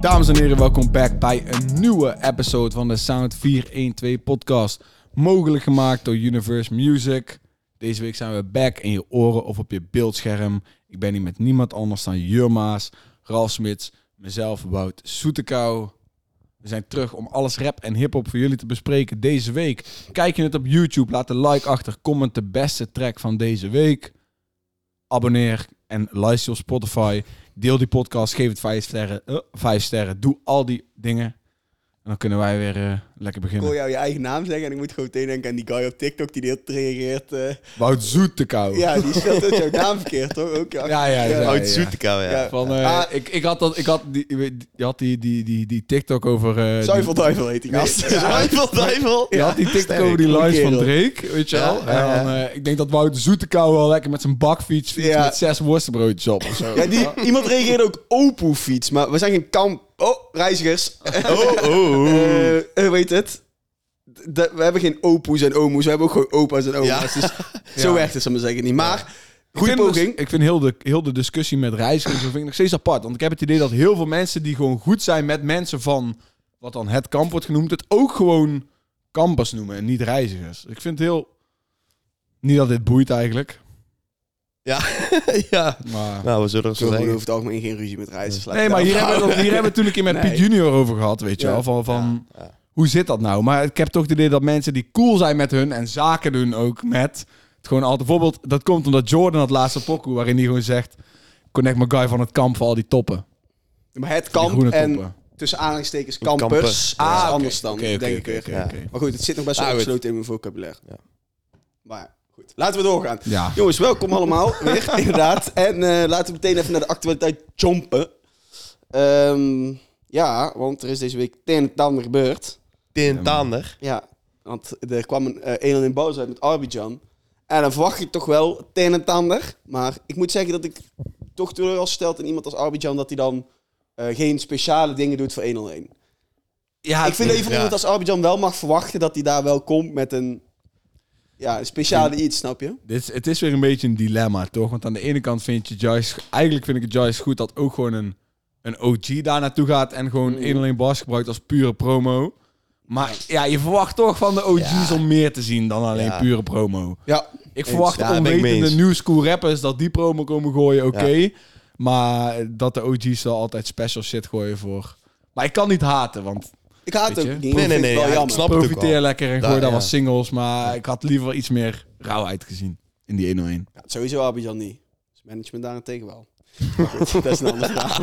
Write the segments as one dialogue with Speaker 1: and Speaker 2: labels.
Speaker 1: Dames en heren, welkom back bij een nieuwe episode van de Sound 412 podcast. Mogelijk gemaakt door Universe Music. Deze week zijn we back in je oren of op je beeldscherm. Ik ben hier met niemand anders dan Jurma's, Ralf Smits, mezelf, Wout Soetekau. We zijn terug om alles rap en hip-hop voor jullie te bespreken deze week. Kijk je het op YouTube, laat een like achter. Comment de beste track van deze week. Abonneer en luister op Spotify. Deel die podcast, geef het vijf sterren. eh, vijf sterren. Doe al die dingen. En dan kunnen wij weer eh, lekker
Speaker 2: Ik hoor
Speaker 1: beginnen.
Speaker 2: jou je eigen naam zeggen en ik moet gewoon meteen denken aan die guy op TikTok die de hele tijd reageert. eh,
Speaker 1: Wout Zoetekau.
Speaker 2: ja, die speelt ook jouw naam verkeerd, hoor. Ook,
Speaker 1: Ja, ja, ja.
Speaker 3: Oud Zoetekouw, ja.
Speaker 2: Ja.
Speaker 1: Van, eh,
Speaker 2: Ah.
Speaker 1: ik, ik had, dat, ik had, die, je had die, die, die, die TikTok over... eh, die-
Speaker 2: Zuivelduivel heet die gast.
Speaker 3: Duivel, duivel.
Speaker 1: Je had die TikTok over die
Speaker 2: Goed
Speaker 1: lines van
Speaker 2: kerel.
Speaker 1: Drake, weet je
Speaker 3: Ja,
Speaker 1: wel.
Speaker 3: ja, ja.
Speaker 1: En, eh, ik denk dat Wout Zoetekouw wel lekker met zijn bakfiets fietst
Speaker 2: Ja.
Speaker 1: met zes worstenbroodjes op of zo.
Speaker 2: Ja, die, iemand reageerde ook Opoe-fiets, maar we zijn geen kamp... Oh, reizigers.
Speaker 3: Oh, oh, oh.
Speaker 2: Eh, eh, weet het? D- we hebben geen opoes en omoes, we hebben ook gewoon opa's en oma's. Dus zo
Speaker 1: Ja.
Speaker 2: werkt het, zal ik maar zeggen, niet. Maar,
Speaker 1: Ik
Speaker 2: goede
Speaker 1: vind dus-
Speaker 2: poging.
Speaker 1: ik vind heel de, heel de discussie met reizigers dat vind ik nog steeds apart. Want ik heb het idee dat heel veel mensen die gewoon goed zijn met mensen van... wat dan het kamp wordt genoemd, het ook gewoon campers noemen en niet reizigers. Ik vind het heel... Niet dat dit boeit eigenlijk,
Speaker 3: Ja. ja.
Speaker 1: maar...
Speaker 3: Nou, we zullen er
Speaker 2: Zo
Speaker 3: zo
Speaker 2: over
Speaker 3: zeggen.
Speaker 2: het algemeen geen ruzie met reizigers.
Speaker 1: dus-
Speaker 2: laat
Speaker 1: Nee,
Speaker 2: ik
Speaker 1: maar hier
Speaker 2: daarop
Speaker 1: hebben, we,
Speaker 2: houden.
Speaker 1: hier hebben we het toen een keer met
Speaker 2: Nee.
Speaker 1: Piet Junior over gehad, weet je
Speaker 2: Ja.
Speaker 1: wel. Van, van
Speaker 3: Ja, ja.
Speaker 1: hoe zit dat nou? Maar ik heb toch het idee dat mensen die cool zijn met hun en zaken doen ook met... Het gewoon altijd, bijvoorbeeld, dat komt omdat Jordan dat laatste pokoe waarin hij gewoon zegt... Connect my guy van het kamp voor al die toppen.
Speaker 2: Maar het
Speaker 1: Die
Speaker 2: kamp
Speaker 1: groene
Speaker 2: en
Speaker 1: toppen.
Speaker 2: tussen aanhalingstekens
Speaker 3: Kampen.
Speaker 2: kampers, dat is
Speaker 1: Ah, oké,
Speaker 2: anders dan,
Speaker 1: oké, oké,
Speaker 2: denk ik
Speaker 1: oké,
Speaker 2: weer.
Speaker 1: oké,
Speaker 3: Ja.
Speaker 1: oké.
Speaker 2: Maar goed, het zit nog best wel
Speaker 3: Ah, goed.
Speaker 2: opgesloten in mijn vocabulaire.
Speaker 3: Ja.
Speaker 2: Maar ja, goed, laten we doorgaan.
Speaker 1: Ja.
Speaker 2: Jongens, welkom allemaal weer, inderdaad. En eh, laten we meteen even naar de actualiteit jumpen. Ehm, ja, want er is deze week ten en tander gebeurd.
Speaker 3: Tin Taander.
Speaker 2: Ja, want er kwam een eh, een en een boos uit met Arbidjan. En dan verwacht je toch wel het een en het ander. Maar ik moet zeggen dat ik toch teleurgesteld in iemand als Arbidjan dat hij dan eh, geen speciale dingen doet voor 101.
Speaker 1: Ja,
Speaker 2: ik vind dat je van
Speaker 3: ja.
Speaker 2: iemand als Arbidjan wel mag verwachten dat hij daar wel komt met een, ja, een speciale iets, snap je?
Speaker 1: Dit is, het is weer een beetje een dilemma, toch? Want aan de ene kant vind je Joyce... Eigenlijk vind ik het Joyce goed dat ook gewoon een, een OG daar naartoe gaat... en
Speaker 3: Mm.
Speaker 1: gewoon één alleen bars gebruikt als pure promo. Maar ja, je verwacht toch van de OG's om meer te zien dan alleen
Speaker 3: Ja.
Speaker 1: pure promo.
Speaker 2: Ja.
Speaker 1: Ik verwacht
Speaker 3: Ja, ben ik mee
Speaker 1: onwetende
Speaker 3: eens.
Speaker 1: new school rappers dat die promo komen gooien, oké. Maar dat de OG's wel altijd special shit gooien voor... Maar ik kan niet haten, want
Speaker 2: Ik haat
Speaker 1: Weet
Speaker 2: het
Speaker 1: je?
Speaker 2: ook niet.
Speaker 3: Nee,
Speaker 2: Ik
Speaker 3: nee,
Speaker 2: vind het
Speaker 3: nee.
Speaker 2: wel
Speaker 3: ja, ik
Speaker 2: jammer.
Speaker 3: snap het ook
Speaker 1: profiteer
Speaker 3: wel.
Speaker 1: lekker en
Speaker 3: Daar,
Speaker 1: gooi daar
Speaker 3: ja.
Speaker 1: wat singles. Maar ik had liever iets meer rauwheid gezien in die 101.
Speaker 2: Ja, sowieso Arbidjan niet. Dus management daarentegen wel. Maar goed, dat is een andere vraag.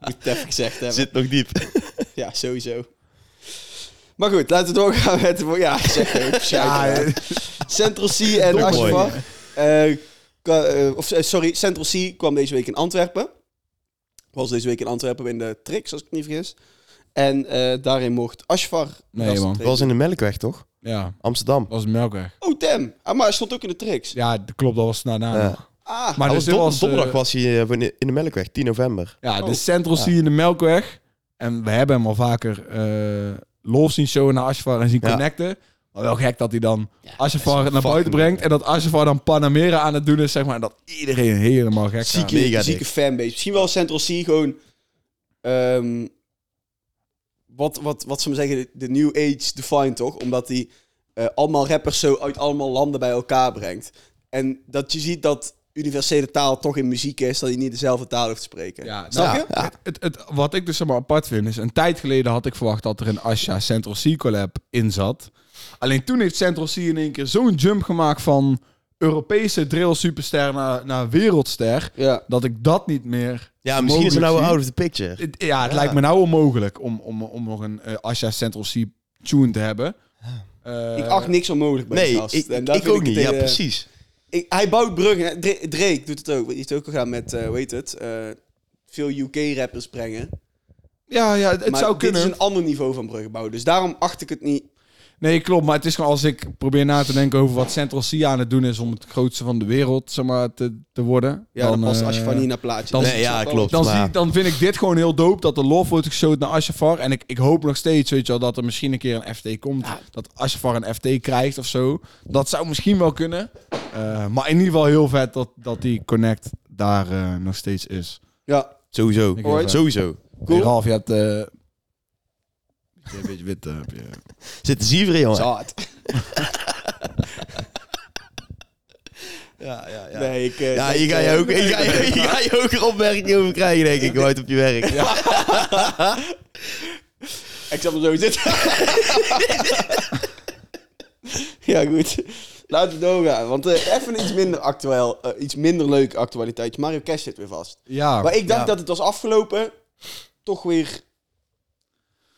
Speaker 2: Moet het even gezegd hebben.
Speaker 3: Zit nog diep.
Speaker 2: Ja, sowieso. Maar goed, laten we doorgaan met... de vo- Ja, ik zeg ook.
Speaker 1: Ja,
Speaker 2: ja. Central C en
Speaker 3: Domboy.
Speaker 2: Ashfar. Eh, ka- eh, of eh, sorry, Central C kwam deze week in Antwerpen. Was deze week in Antwerpen in de Trix, als ik me niet vergis. En eh, daarin mocht Ashfar...
Speaker 1: Nee,
Speaker 2: gast
Speaker 1: man.
Speaker 2: optreden.
Speaker 3: was in de Melkweg, toch?
Speaker 1: ja.
Speaker 3: Amsterdam.
Speaker 1: was Melkweg.
Speaker 2: Oh, damn. Ah, maar hij stond ook in de Trix.
Speaker 1: Ja, dat klopt, dat was daarna.
Speaker 3: Ja.
Speaker 1: nog.
Speaker 2: Ah,
Speaker 1: Maar dus
Speaker 3: Hij was
Speaker 1: dit
Speaker 3: don-
Speaker 1: was eh,
Speaker 3: donderdag was hij eh, in de Melkweg, 10 november.
Speaker 1: ja, de
Speaker 2: Oh.
Speaker 1: Central C in de Melkweg. En we hebben hem al vaker eh los zien showen naar Ashvar en zien
Speaker 3: Ja.
Speaker 1: connecten. Maar wel gek dat hij dan Ashvar naar
Speaker 3: fucking-
Speaker 1: buiten brengt. En dat Ashvar dan Panamera aan het doen is, zeg maar. En dat iedereen helemaal gek gaat.
Speaker 2: zieke,
Speaker 3: mega
Speaker 2: zieke
Speaker 3: dik.
Speaker 2: fanbase. Misschien wel Central C gewoon... ehm, wat, wat, wat ze maar zeggen, de- de New Age defined, toch? Omdat die eh, allemaal rappers zo uit allemaal landen bij elkaar brengt. En dat je ziet dat universele taal toch in muziek is, dat je niet dezelfde taal hoeft te spreken.
Speaker 1: Ja,
Speaker 2: Snap
Speaker 1: nou,
Speaker 2: je?
Speaker 1: ja. Het, het, wat ik dus maar apart vind is, een tijd geleden had ik verwacht dat er een Asha Central C collab in zat. Alleen toen heeft Central C in één keer zo'n jump gemaakt van Europese drill superster naar, naar wereldster,
Speaker 2: Ja.
Speaker 1: dat ik dat niet meer.
Speaker 3: Ja, misschien is het nou
Speaker 1: mogelijk
Speaker 3: out
Speaker 1: zie.
Speaker 3: of the picture.
Speaker 1: Het- ja, het
Speaker 3: Ja.
Speaker 1: lijkt me nou onmogelijk om, om, om nog een eh, Asha Central C tune te hebben. Eh,
Speaker 2: ik acht niks onmogelijk bij die
Speaker 3: Nee, ik,
Speaker 2: gast.
Speaker 3: ik,
Speaker 2: En dat
Speaker 3: ik
Speaker 2: vind
Speaker 3: ook niet.
Speaker 2: het
Speaker 3: Ja,
Speaker 2: hele-
Speaker 3: precies.
Speaker 2: Ik- hij bouwt bruggen. Dra- Drake doet het ook. Die heeft het ook gedaan met, eh hoe heet het? eh, veel UK-rappers brengen.
Speaker 1: ja, ja, het
Speaker 2: maar
Speaker 1: zou
Speaker 2: dit
Speaker 1: kunnen.
Speaker 2: is een ander niveau van bruggen bouwen. Dus daarom acht ik het niet
Speaker 1: Nee, klopt. Maar het is gewoon als ik probeer na te denken over wat Central C aan het doen is om het grootste van de wereld zeg maar, te, te worden.
Speaker 2: Ja, dan, past
Speaker 1: eh,
Speaker 2: als je van hier naar plaatje.
Speaker 1: dan-
Speaker 2: Dus
Speaker 3: Nee,
Speaker 2: ik
Speaker 3: ja,
Speaker 2: snap wel.
Speaker 3: klopt.
Speaker 1: Dan,
Speaker 3: maar-
Speaker 1: zie, ik- dan vind ik dit gewoon heel dope dat de love wordt geshoot naar Ashafar. En ik, ik hoop nog steeds, weet je wel, dat er misschien een keer een FT komt. Dat Ashafar een FT krijgt of zo. Dat zou misschien wel kunnen. Eh, maar in ieder geval heel vet dat, dat die connect daar eh, nog steeds is.
Speaker 2: Ja,
Speaker 3: Sowieso.
Speaker 1: Ik heel vet.
Speaker 3: Sowieso.
Speaker 1: Cool.
Speaker 2: Cool.
Speaker 1: Ralf, je hebt... eh, een beetje wit eh, heb je.
Speaker 3: Zit te zieveren,
Speaker 1: Oh,
Speaker 3: jongen.
Speaker 2: Zaad.
Speaker 3: Ja, ja, ja.
Speaker 2: Nee, ik... eh,
Speaker 3: Ja,
Speaker 2: dat,
Speaker 3: hier ga je
Speaker 2: eh,
Speaker 3: ook, hier ga je, hier ga je ook een opmerking over krijgen, denk ik, ooit op je werk.
Speaker 2: Ik zal hem zo zitten. ja, goed. Laten we doorgaan. Want eh, even iets minder actueel, eh, iets minder leuk actualiteitje. Mario Cash zit weer vast.
Speaker 1: Oh, Ja.
Speaker 2: maar ik dacht
Speaker 3: ja.
Speaker 2: dat het was afgelopen. Toch weer.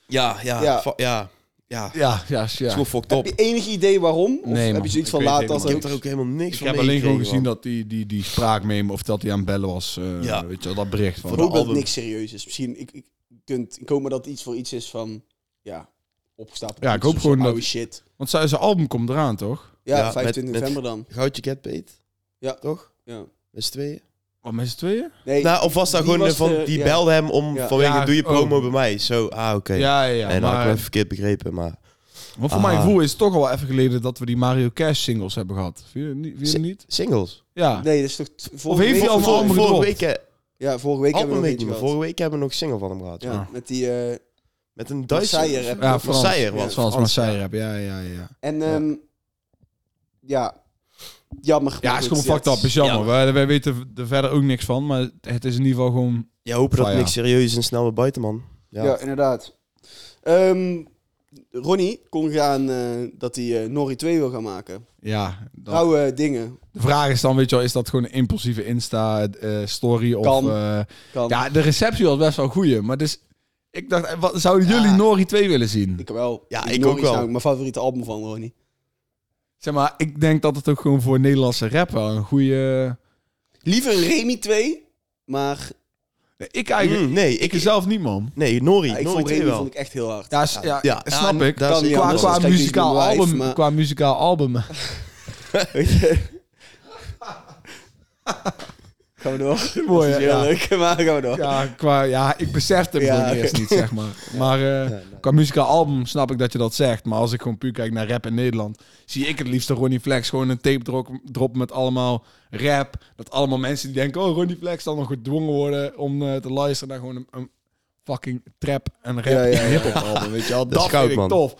Speaker 3: Ja, ja,
Speaker 2: Ja.
Speaker 3: ja. ja, ja.
Speaker 1: Ja, ja, ja.
Speaker 3: Is gewoon fucked
Speaker 2: Heb
Speaker 3: up.
Speaker 2: je enig idee waarom? Of
Speaker 1: Nee, man.
Speaker 2: heb je zoiets
Speaker 1: Ik
Speaker 2: van
Speaker 1: weet
Speaker 2: laat
Speaker 1: het
Speaker 2: dat
Speaker 3: Ik
Speaker 1: helemaal
Speaker 3: heb er ook helemaal niks
Speaker 1: Ik
Speaker 3: van
Speaker 1: heb alleen gewoon
Speaker 3: meegekregen,
Speaker 1: gezien
Speaker 3: man.
Speaker 1: dat die, die, die spraakmeme, of dat hij aan het bellen was. eh,
Speaker 3: Ja.
Speaker 1: Weet je wel, dat bericht. Van,
Speaker 2: Ik
Speaker 3: de
Speaker 2: hoop dat het
Speaker 3: album.
Speaker 2: niks serieus is. Misschien ik, ik kunt komen dat het iets voor iets is van. Ja, opgestapeld.
Speaker 1: Ja, ik hoop
Speaker 2: of
Speaker 1: gewoon
Speaker 2: zo,
Speaker 1: dat-
Speaker 2: oude shit.
Speaker 1: Want zijn zijn album komt eraan, toch?
Speaker 2: Ja,
Speaker 3: Ja, met-
Speaker 2: 25
Speaker 3: met-
Speaker 2: november dan.
Speaker 3: Goudje Catbeet?
Speaker 2: Ja.
Speaker 3: Toch?
Speaker 2: Ja.
Speaker 3: Met z'n tweeën?
Speaker 1: Oh, met z'n tweeën?
Speaker 2: Nee,
Speaker 3: Nou, of was dat
Speaker 2: Die
Speaker 3: gewoon
Speaker 2: was
Speaker 3: van,
Speaker 2: de-
Speaker 3: die
Speaker 2: ja.
Speaker 3: belde hem om
Speaker 2: Ja.
Speaker 3: vanwege
Speaker 1: Ja,
Speaker 3: doe je
Speaker 1: oh.
Speaker 3: promo bij mij. Zo, ah, oké.
Speaker 1: Ja, ja, ja.
Speaker 3: nee, dat had ik
Speaker 1: maar,
Speaker 3: wel even verkeerd begrepen, maar...
Speaker 1: want voor mijn
Speaker 3: Ah.
Speaker 1: gevoel is het toch al wel even geleden dat we die Mario Cash singles hebben gehad. Vind je, niet- vind je
Speaker 3: Si-
Speaker 1: niet?
Speaker 3: Singles?
Speaker 1: Ja.
Speaker 2: nee, dat is toch. t- vorige
Speaker 1: heeft hij
Speaker 2: week
Speaker 1: al
Speaker 2: of zo?
Speaker 1: een
Speaker 3: Vorige,
Speaker 1: album
Speaker 3: vorige
Speaker 1: gedropt.
Speaker 3: week, eh,
Speaker 2: Ja, vorige week hebben
Speaker 3: album
Speaker 2: we nog
Speaker 3: weet ik
Speaker 2: eentje
Speaker 3: niet, maar
Speaker 2: gehad.
Speaker 3: vorige week hebben we nog een single van hem gehad.
Speaker 2: Ja,
Speaker 1: Ja.
Speaker 2: met die... eh,
Speaker 3: Met een Duitse...
Speaker 2: Marseille rap.
Speaker 1: Ja,
Speaker 3: Ja,
Speaker 1: Frans.
Speaker 3: Marseille was
Speaker 2: Ja,
Speaker 3: het.
Speaker 1: Zoals
Speaker 3: Frans,
Speaker 1: Marseille rap. Ja, ja, ja.
Speaker 2: en ehm ja. jammer.
Speaker 1: Ja,
Speaker 2: maar
Speaker 1: het is
Speaker 2: goed,
Speaker 1: gewoon fucked up. Is jammer. Wij, wij weten er verder ook niks van, maar het is in ieder geval gewoon...
Speaker 3: Ja, hopen dat
Speaker 1: Ah, ja.
Speaker 3: niks serieus en snel weer buiten, man.
Speaker 2: Ja,
Speaker 3: Ja.
Speaker 2: inderdaad. Ehm, Ronnie kon gaan eh, dat hij eh, Norrie 2 wil gaan maken.
Speaker 1: Ja, dat-
Speaker 2: Rauwe dingen.
Speaker 1: de vraag is dan, weet je wel, is dat gewoon een impulsieve Insta-story? of
Speaker 2: Kan.
Speaker 1: eh,
Speaker 2: Kan.
Speaker 1: Ja, de receptie was best wel goeie, maar dus... Ik dacht, eh, wat, zouden
Speaker 2: Ja.
Speaker 1: jullie Nori 2 willen zien?
Speaker 2: Ik wel.
Speaker 3: Ja,
Speaker 2: Die
Speaker 3: ik
Speaker 2: Norrie
Speaker 3: ook
Speaker 2: is
Speaker 3: wel.
Speaker 2: namelijk mijn favoriete album van Ronnie.
Speaker 1: Zeg maar, ik denk dat het ook gewoon voor Nederlandse rap wel een goede...
Speaker 2: Liever Remy 2, maar
Speaker 1: Ik eigenlijk...
Speaker 3: Mm, nee,
Speaker 1: Ik
Speaker 3: ik...
Speaker 1: zelf niet, man.
Speaker 3: Nee, Nori.
Speaker 2: ja, ik
Speaker 3: Nori
Speaker 2: vond
Speaker 3: twee
Speaker 2: Remy
Speaker 3: wel.
Speaker 2: vond ik echt heel hard.
Speaker 1: Ja, s- ja,
Speaker 3: Ja,
Speaker 1: snap
Speaker 3: ja,
Speaker 1: ik.
Speaker 3: dat is
Speaker 2: Kan niet
Speaker 1: Qua,
Speaker 2: anders,
Speaker 1: qua,
Speaker 2: anders krijg je
Speaker 1: muzikaal
Speaker 2: niet mijn
Speaker 1: album,
Speaker 2: wife, maar-
Speaker 1: qua muzikaal album.
Speaker 2: gaan we door.
Speaker 1: Mooi,
Speaker 2: Dat is heel
Speaker 1: ja.
Speaker 2: leuk, maar gaan we door.
Speaker 1: Ja, qua, ja, ik besefte hem
Speaker 2: Ja,
Speaker 1: gewoon
Speaker 2: oké.
Speaker 1: eerst niet, zeg maar. Maar eh, qua muzikaal album snap ik dat je dat zegt. Maar als ik gewoon puur kijk naar rap in Nederland... zie ik het liefst een Ronnie Flex gewoon een tape drop, drop met allemaal rap. Dat allemaal mensen die denken... Oh, Ronnie Flex dan nog gedwongen worden om eh, te luisteren naar gewoon een... een fucking trap en rap
Speaker 2: Ja, ja,
Speaker 1: en
Speaker 2: ja.
Speaker 1: hip-hop album, weet je wel.
Speaker 3: Dat
Speaker 1: Dat,
Speaker 3: is goud,
Speaker 1: vind ik
Speaker 3: man.
Speaker 1: tof.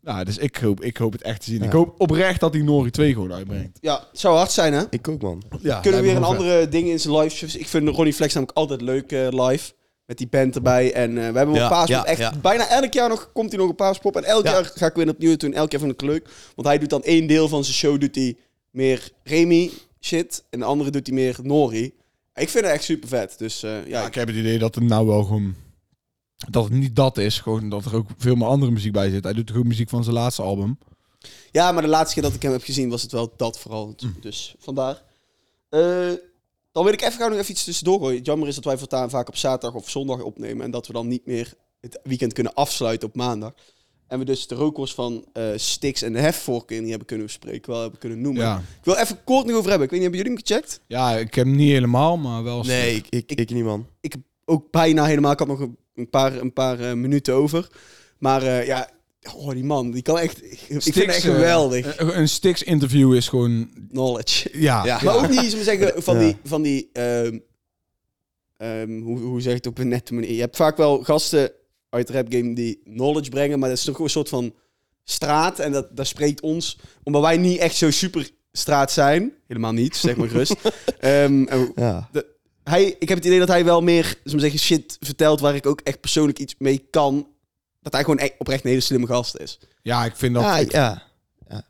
Speaker 1: Nou, dus ik hoop, ik hoop het echt te zien.
Speaker 3: Ja.
Speaker 1: Ik hoop oprecht dat die Nori 2 gewoon uitbrengt.
Speaker 2: Ja, het zou hard zijn, hè?
Speaker 3: Ik ook, man.
Speaker 1: Ja,
Speaker 2: Kunnen we weer een
Speaker 1: lijkt me wel
Speaker 2: andere ding in zijn live shows? Ik vind Ronnie Flex namelijk altijd leuk eh, live. Met die band erbij. En eh, we hebben
Speaker 3: Ja,
Speaker 2: een paaspop.
Speaker 3: ja,
Speaker 2: echt,
Speaker 3: ja.
Speaker 2: Bijna elk jaar nog komt hij nog een paaspop. En elk
Speaker 3: Ja.
Speaker 2: jaar ga ik weer opnieuw doen. Elk jaar vind ik het leuk. Want hij doet dan één deel van zijn show doet hij meer Remy shit. En de andere doet hij meer Nori. Ik vind het echt super vet. Dus eh, ja,
Speaker 1: Ja, ik heb het idee dat het nou wel gewoon... Dat het niet dat is, gewoon dat er ook veel meer andere muziek bij zit. Hij doet ook muziek van zijn laatste album.
Speaker 2: Ja, maar de laatste keer dat ik hem heb gezien was het wel dat vooral.
Speaker 1: Hm.
Speaker 2: Dus vandaar. Eh, dan wil ik even gauw nog even iets tussendoor gooien. Het Jammer is dat wij voortaan vaak op zaterdag of zondag opnemen. En dat we dan niet meer het weekend kunnen afsluiten op maandag. En we dus de rookworst van eh Stix en de Hefvorken niet hebben kunnen bespreken. Wel hebben kunnen noemen.
Speaker 1: Ja.
Speaker 2: Ik wil even kort nog over hebben. Ik weet niet, hebben jullie hem gecheckt?
Speaker 1: ja, ik heb hem niet helemaal, maar wel...
Speaker 3: Nee, ik, ik, ik niet, man.
Speaker 2: Ik heb ook bijna helemaal. Ik had nog een- een paar, een paar eh, minuten over. Maar eh, ja, oh, die man. Die kan echt... Ik vind hem
Speaker 1: Styx,
Speaker 2: echt
Speaker 1: eh,
Speaker 2: geweldig.
Speaker 1: Een, een Stix interview is gewoon...
Speaker 2: Knowledge.
Speaker 1: Ja,
Speaker 3: Ja.
Speaker 2: Maar ook niet, zullen we zeggen, van
Speaker 3: Ja.
Speaker 2: die... Van die ehm, ehm, hoe, hoe zeg je het op een nette manier? Je hebt vaak wel gasten uit de rapgame die knowledge brengen, maar dat is toch een soort van straat. En dat, dat spreekt ons, omdat wij niet echt zo super straat zijn. Helemaal niet, zeg maar gerust. Ehm, en
Speaker 3: Ja.
Speaker 2: hij, ik heb het idee dat hij wel meer, zullen we zeggen, shit vertelt waar ik ook echt persoonlijk iets mee kan. Dat hij gewoon echt oprecht een hele slimme gast is.
Speaker 1: ja, ik vind dat,
Speaker 3: Ja, ja.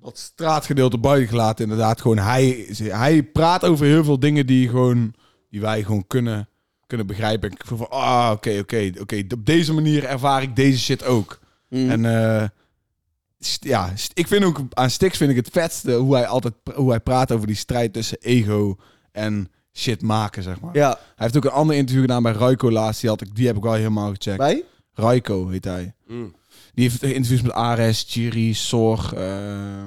Speaker 1: dat straatgedeelte buiten gelaten inderdaad. Gewoon hij, hij praat over heel veel dingen die, gewoon, die wij gewoon kunnen, kunnen begrijpen. Ik voel van, ah, oké, oké, oké. Op deze manier ervaar ik deze shit ook.
Speaker 2: Mm.
Speaker 1: En eh, st- ja, st- ik vind ook aan Stix vind ik het vetste hoe hij altijd pr- hoe hij praat over die strijd tussen ego en shit maken, zeg maar.
Speaker 2: Ja,
Speaker 1: Hij heeft ook een ander interview gedaan bij Ruiko laatst. Die, had ik, die heb ik wel helemaal gecheckt.
Speaker 2: wij?
Speaker 1: Ruiko heet hij.
Speaker 3: Mm.
Speaker 1: Die heeft interviews met Ares, Chiri, Zorg. eh,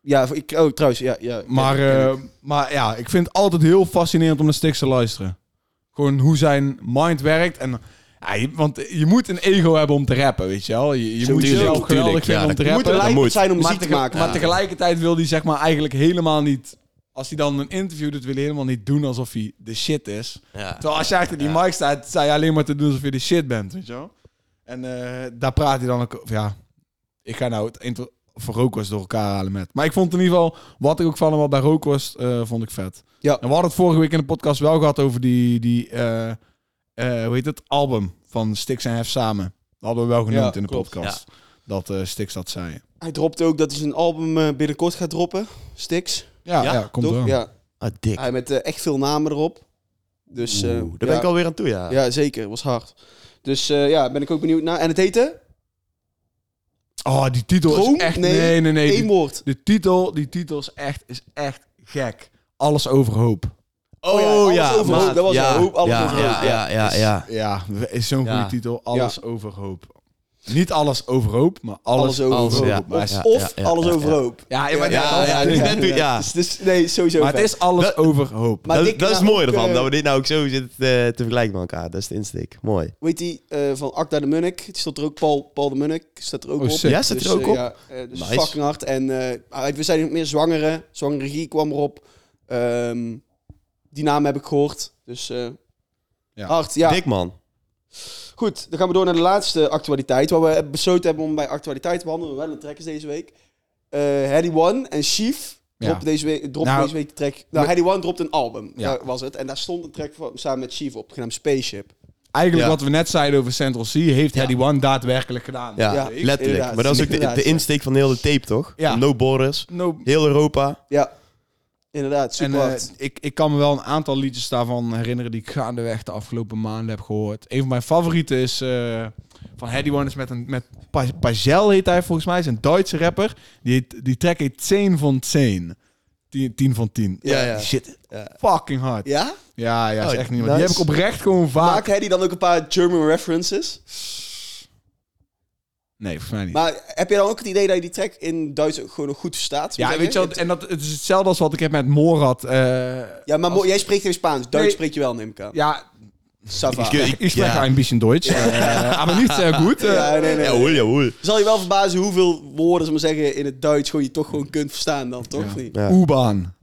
Speaker 2: Ja, ik, oh, trouwens, ja. ja
Speaker 1: maar,
Speaker 2: Ken- ken ik.
Speaker 1: eh, maar ja, ik vind het altijd heel fascinerend om naar Stix te luisteren. Gewoon hoe zijn mind werkt. En, ja, je- want je moet een ego hebben om te rappen, weet je wel. Je, je moet
Speaker 2: Tuurlijk,
Speaker 1: jezelf geweldig
Speaker 3: tuurlijk, ja,
Speaker 1: vinden om
Speaker 3: dat-
Speaker 1: te
Speaker 2: je
Speaker 1: rappen.
Speaker 2: moet een
Speaker 3: dat
Speaker 2: lijp
Speaker 3: moet.
Speaker 2: zijn om muziek
Speaker 1: maar
Speaker 2: te
Speaker 1: tege-
Speaker 2: maken.
Speaker 1: Maar tegelijkertijd wil hij zeg maar eigenlijk helemaal niet Als hij dan een interview doet, wil hij helemaal niet doen alsof hij de shit is.
Speaker 3: Ja.
Speaker 1: Terwijl als je achter die mic staat, sta je alleen maar te doen alsof je de shit bent, weet je wel? En eh, daar praat hij dan ook over. Ja, ik ga nou het intro voor Rookworst door elkaar halen met. Maar ik vond in ieder geval, wat ik ook van hem had bij Rookworst, eh, vond ik vet.
Speaker 2: Ja.
Speaker 1: En we hadden het vorige week in de podcast wel gehad over die, die eh, eh, hoe heet het, album van Stix en Hef samen. Dat hadden we wel genoemd
Speaker 2: Ja,
Speaker 1: in de
Speaker 2: klopt.
Speaker 1: podcast. Dat eh Stix dat zei.
Speaker 2: Hij dropte ook dat hij zijn album eh, binnenkort gaat droppen. Stix.
Speaker 1: Ja, ja?
Speaker 3: Ja?
Speaker 1: komt
Speaker 2: toch?
Speaker 1: eraan.
Speaker 2: Ja.
Speaker 3: Ah, dik.
Speaker 2: Hij met eh, echt veel namen erop. Dus, eh,
Speaker 3: Oeh, daar
Speaker 2: ja.
Speaker 3: ben ik alweer aan toe, ja.
Speaker 2: Ja, zeker. Was hard. Dus eh, ja, ben ik ook benieuwd naar. En het heette?
Speaker 1: Oh, die titel
Speaker 2: Droom?
Speaker 1: is echt...
Speaker 2: Nee,
Speaker 1: Nee, nee, nee.
Speaker 2: Eén
Speaker 1: die-
Speaker 2: woord.
Speaker 1: De titel, die titel is echt, is echt gek. Alles overhoop.
Speaker 2: Oh ja, alles overhoop.
Speaker 3: maat.
Speaker 2: Dat was een hoop, alles
Speaker 3: ja,
Speaker 2: overhoop,
Speaker 3: Ja, Dus
Speaker 2: ja.
Speaker 3: ja, ja, ja.
Speaker 1: Ja, is zo'n
Speaker 3: Ja.
Speaker 1: goede titel. Alles overhoop. Niet alles overhoop, maar alles,
Speaker 2: Alles overhoop.
Speaker 1: overhoop.
Speaker 3: ja.
Speaker 1: Maar-
Speaker 2: Of,
Speaker 1: ja.
Speaker 2: of
Speaker 3: ja, ja,
Speaker 2: alles
Speaker 3: ja,
Speaker 2: overhoop.
Speaker 1: Ja, maar,
Speaker 3: Ja,
Speaker 1: dat-
Speaker 3: ja,
Speaker 1: dat-
Speaker 3: die bent u- ja.
Speaker 2: Dus, dus- nee, sowieso
Speaker 1: maar het
Speaker 2: vet.
Speaker 1: is alles
Speaker 3: Dat-
Speaker 1: overhoop.
Speaker 2: Maar
Speaker 3: dat,
Speaker 2: Dick
Speaker 3: dat is
Speaker 2: daarna
Speaker 3: mooi
Speaker 2: ook,
Speaker 3: ervan,
Speaker 2: eh,
Speaker 3: dat we dit nou ook zo zitten eh, te vergelijken met elkaar. Dat is de insteek. Mooi.
Speaker 2: Weet die eh, van Akda de Munnik? Die staat er ook, Paul, Paul de Munnik staat er ook
Speaker 1: Oh,
Speaker 2: op.
Speaker 1: sick.
Speaker 3: Ja, staat er
Speaker 2: Dus,
Speaker 3: ook
Speaker 2: eh,
Speaker 3: op?
Speaker 2: Ja, eh, dus
Speaker 3: Nice.
Speaker 2: fucking hard. En eh, we zijn ook meer zwangere. Zwangere regie kwam erop. Ehm, die naam heb ik gehoord. Dus eh,
Speaker 1: Ja.
Speaker 2: hard, ja.
Speaker 3: Dik, man.
Speaker 2: Goed, dan gaan we door naar de laatste actualiteit. Waar we besloten hebben om bij actualiteit te behandelen. We hebben wel een track is deze week. Eh Harry One en Chief
Speaker 1: Ja.
Speaker 2: droppen deze week, droppen
Speaker 1: Nou,
Speaker 2: deze week de track. Nou, Harry One dropt een album,
Speaker 1: Ja.
Speaker 2: daar was het. En daar stond een track van, samen met Chief op, genaamd Spaceship.
Speaker 1: Eigenlijk
Speaker 3: Ja.
Speaker 1: wat we net zeiden over Central C, heeft Heady One daadwerkelijk gedaan.
Speaker 3: Ja,
Speaker 2: Ja,
Speaker 3: letterlijk.
Speaker 2: inderdaad.
Speaker 3: Maar dat is ook de,
Speaker 2: Inderdaad,
Speaker 3: de
Speaker 2: ja.
Speaker 3: insteek van heel de tape, toch?
Speaker 1: Ja.
Speaker 3: Van No Borders,
Speaker 1: No,
Speaker 3: heel Europa.
Speaker 2: Ja, inderdaad, super
Speaker 1: en eh,
Speaker 2: hard.
Speaker 1: ik, ik kan me wel een aantal liedjes daarvan herinneren die ik gaandeweg de afgelopen maanden heb gehoord. Een van mijn favorieten is eh, van Heady One is met een met Pa- Pazel heet hij volgens mij, is een Duitse rapper. Die, heet- die track heet 10 van 10. 10, 10 van 10.
Speaker 2: Ja, ja.
Speaker 1: Die Shit,
Speaker 3: Ja.
Speaker 1: fucking hard. Ja,
Speaker 2: Ja?
Speaker 1: ja, is
Speaker 3: Oh,
Speaker 1: echt niet meer. Die
Speaker 3: nice.
Speaker 1: heb ik oprecht gewoon vaak.
Speaker 3: Ah.
Speaker 2: Maakt Harry dan ook een paar German references?
Speaker 1: Nee, volgens mij niet.
Speaker 2: Maar heb je dan ook het idee dat je die track in Duits ook gewoon nog goed verstaat?
Speaker 1: ja,
Speaker 2: Moet ik
Speaker 1: weet je
Speaker 2: zeggen?
Speaker 1: wat, en dat, het is hetzelfde als wat ik heb met Morad. eh,
Speaker 2: Ja, maar mo- jij spreekt geen Spaans. Duits
Speaker 1: Nee.
Speaker 2: spreek je wel, neem ik aan.
Speaker 1: ja,
Speaker 2: Ça va.
Speaker 3: Ik-
Speaker 1: ik spreek
Speaker 3: ja.
Speaker 1: een beetje Duits. Eh, maar niet zeer goed. Eh,
Speaker 2: Ja, nee, nee.
Speaker 3: Ja, hoor, ja, hoor.
Speaker 2: Zal je wel verbazen hoeveel woorden, ze maar zeggen, in het Duits gewoon je toch gewoon kunt verstaan dan, toch? Of niet?
Speaker 3: Ja.
Speaker 1: U-baan.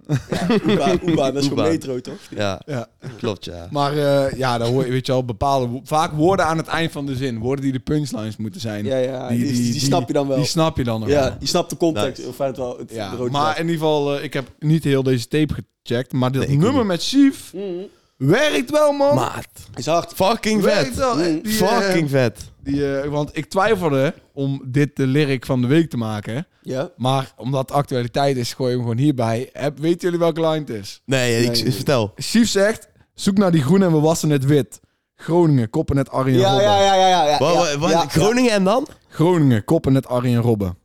Speaker 2: Oeba, oeba, dat is gewoon
Speaker 3: Oeba.
Speaker 2: metro, toch?
Speaker 3: Ja,
Speaker 1: Ja.
Speaker 3: klopt, ja.
Speaker 1: Maar eh, ja, dan hoor je, weet je wel, bepaalde... wo- Vaak woorden aan het eind van de zin. Woorden die de punchlines moeten zijn.
Speaker 2: Ja, ja, die, die, snap je dan wel.
Speaker 1: Die snap je dan nog
Speaker 2: ja,
Speaker 1: wel.
Speaker 2: je snapt de context.
Speaker 3: Nice.
Speaker 2: Of het wel, het
Speaker 1: Ja,
Speaker 2: de rode
Speaker 1: maar
Speaker 2: draad.
Speaker 1: in ieder geval, eh, ik heb niet heel deze tape gecheckt. Maar dat
Speaker 3: Nee, ik
Speaker 1: nummer
Speaker 3: ook
Speaker 1: met Chief
Speaker 2: Mm,
Speaker 1: werkt wel, man.
Speaker 3: Maat.
Speaker 2: is hard.
Speaker 3: Fucking
Speaker 1: werkt
Speaker 3: vet.
Speaker 1: wel.
Speaker 2: Mm.
Speaker 1: Die, eh,
Speaker 3: Fucking vet.
Speaker 1: die, eh, want ik twijfelde om dit de lyric van de week te maken.
Speaker 2: Ja.
Speaker 1: Maar omdat het actualiteit is, gooi je hem gewoon hierbij. Heb, weten jullie welke line het is?
Speaker 3: Nee, ik,
Speaker 2: Nee, nee.
Speaker 3: vertel.
Speaker 1: Chief zegt, zoek naar die groene en we wassen het wit. Groningen, koppen het Arjen
Speaker 2: Ja,
Speaker 1: Robben.
Speaker 2: ja, ja, ja, ja. ja,
Speaker 3: Wa- wa-
Speaker 2: ja,
Speaker 3: wa-
Speaker 2: ja,
Speaker 3: Groningen en dan?
Speaker 1: Groningen, koppen het Arjen Robben.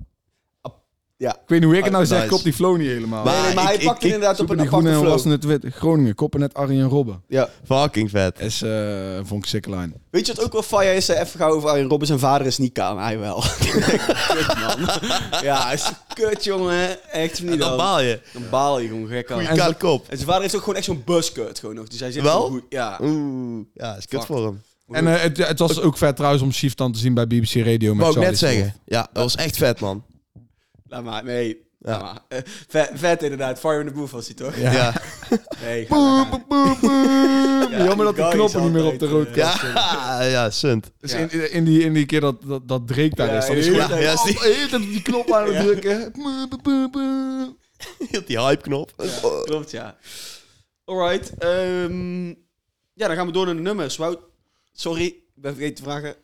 Speaker 2: Ja.
Speaker 1: Ik weet niet hoe ik het nou
Speaker 3: Nice.
Speaker 1: zeg, klopt die flow niet helemaal.
Speaker 2: Nee, nee, maar
Speaker 3: ik-
Speaker 2: hij
Speaker 3: ik-
Speaker 2: pakt het
Speaker 3: ik-
Speaker 2: inderdaad op
Speaker 1: Zoeken
Speaker 2: een
Speaker 1: die groene
Speaker 2: aparte
Speaker 1: en
Speaker 2: flow.
Speaker 1: wassen het wit. Groningen, koppen net Arjen Robben.
Speaker 2: Ja.
Speaker 3: Fucking vet.
Speaker 1: Is, eh vond ik sick line.
Speaker 2: Weet je wat ook wel fire is? Eh, Even gauw over Arjen Robben. Zijn vader is niet kamer, hij wel. kut, man. Ja, hij is kut, jongen. Echt niet
Speaker 3: En dan baal je.
Speaker 2: Dan baal je gewoon gek aan.
Speaker 1: En
Speaker 3: Kale kop.
Speaker 2: En zijn vader heeft ook gewoon echt zo'n buskut gewoon nog. Dus hij zit
Speaker 3: Wel?
Speaker 2: gewoon goed. Ja.
Speaker 3: Oeh, ja, is kut voor hem.
Speaker 1: En eh, het, het was ook vet trouwens om Chief dan te zien bij BBC Radio. Met
Speaker 3: Wou ik
Speaker 1: Charlie
Speaker 3: net zeggen. Ja, dat was echt vet, man.
Speaker 2: Laat maar, nee. Laat maar. Eh, vet, vet inderdaad, Fire in the Booth was hij toch?
Speaker 1: Ja.
Speaker 3: Ja. ja.
Speaker 2: Nee, ga
Speaker 1: Boem, boem, boem, boem.
Speaker 2: Ja,
Speaker 1: Jammer dat
Speaker 2: die
Speaker 1: de
Speaker 2: guy
Speaker 1: knoppen
Speaker 2: is
Speaker 1: niet meer op
Speaker 2: altijd,
Speaker 1: de rood
Speaker 2: eh,
Speaker 1: ja.
Speaker 3: Ja, sunt.
Speaker 1: Dus in, in, die, in die keer dat, dat, dat Drake daar
Speaker 2: Ja,
Speaker 1: is, dan is
Speaker 2: ja,
Speaker 1: gewoon
Speaker 3: ja, ja, is die-
Speaker 1: oh, de hele tijd op die knop aan het drukken. Boem, boem, boem, boem.
Speaker 3: Hield die hype-knop.
Speaker 2: door. Klopt, ja. Alright. ehm, ja, dan gaan we door naar de nummers. Wout, sorry, ik ben vergeten te vragen.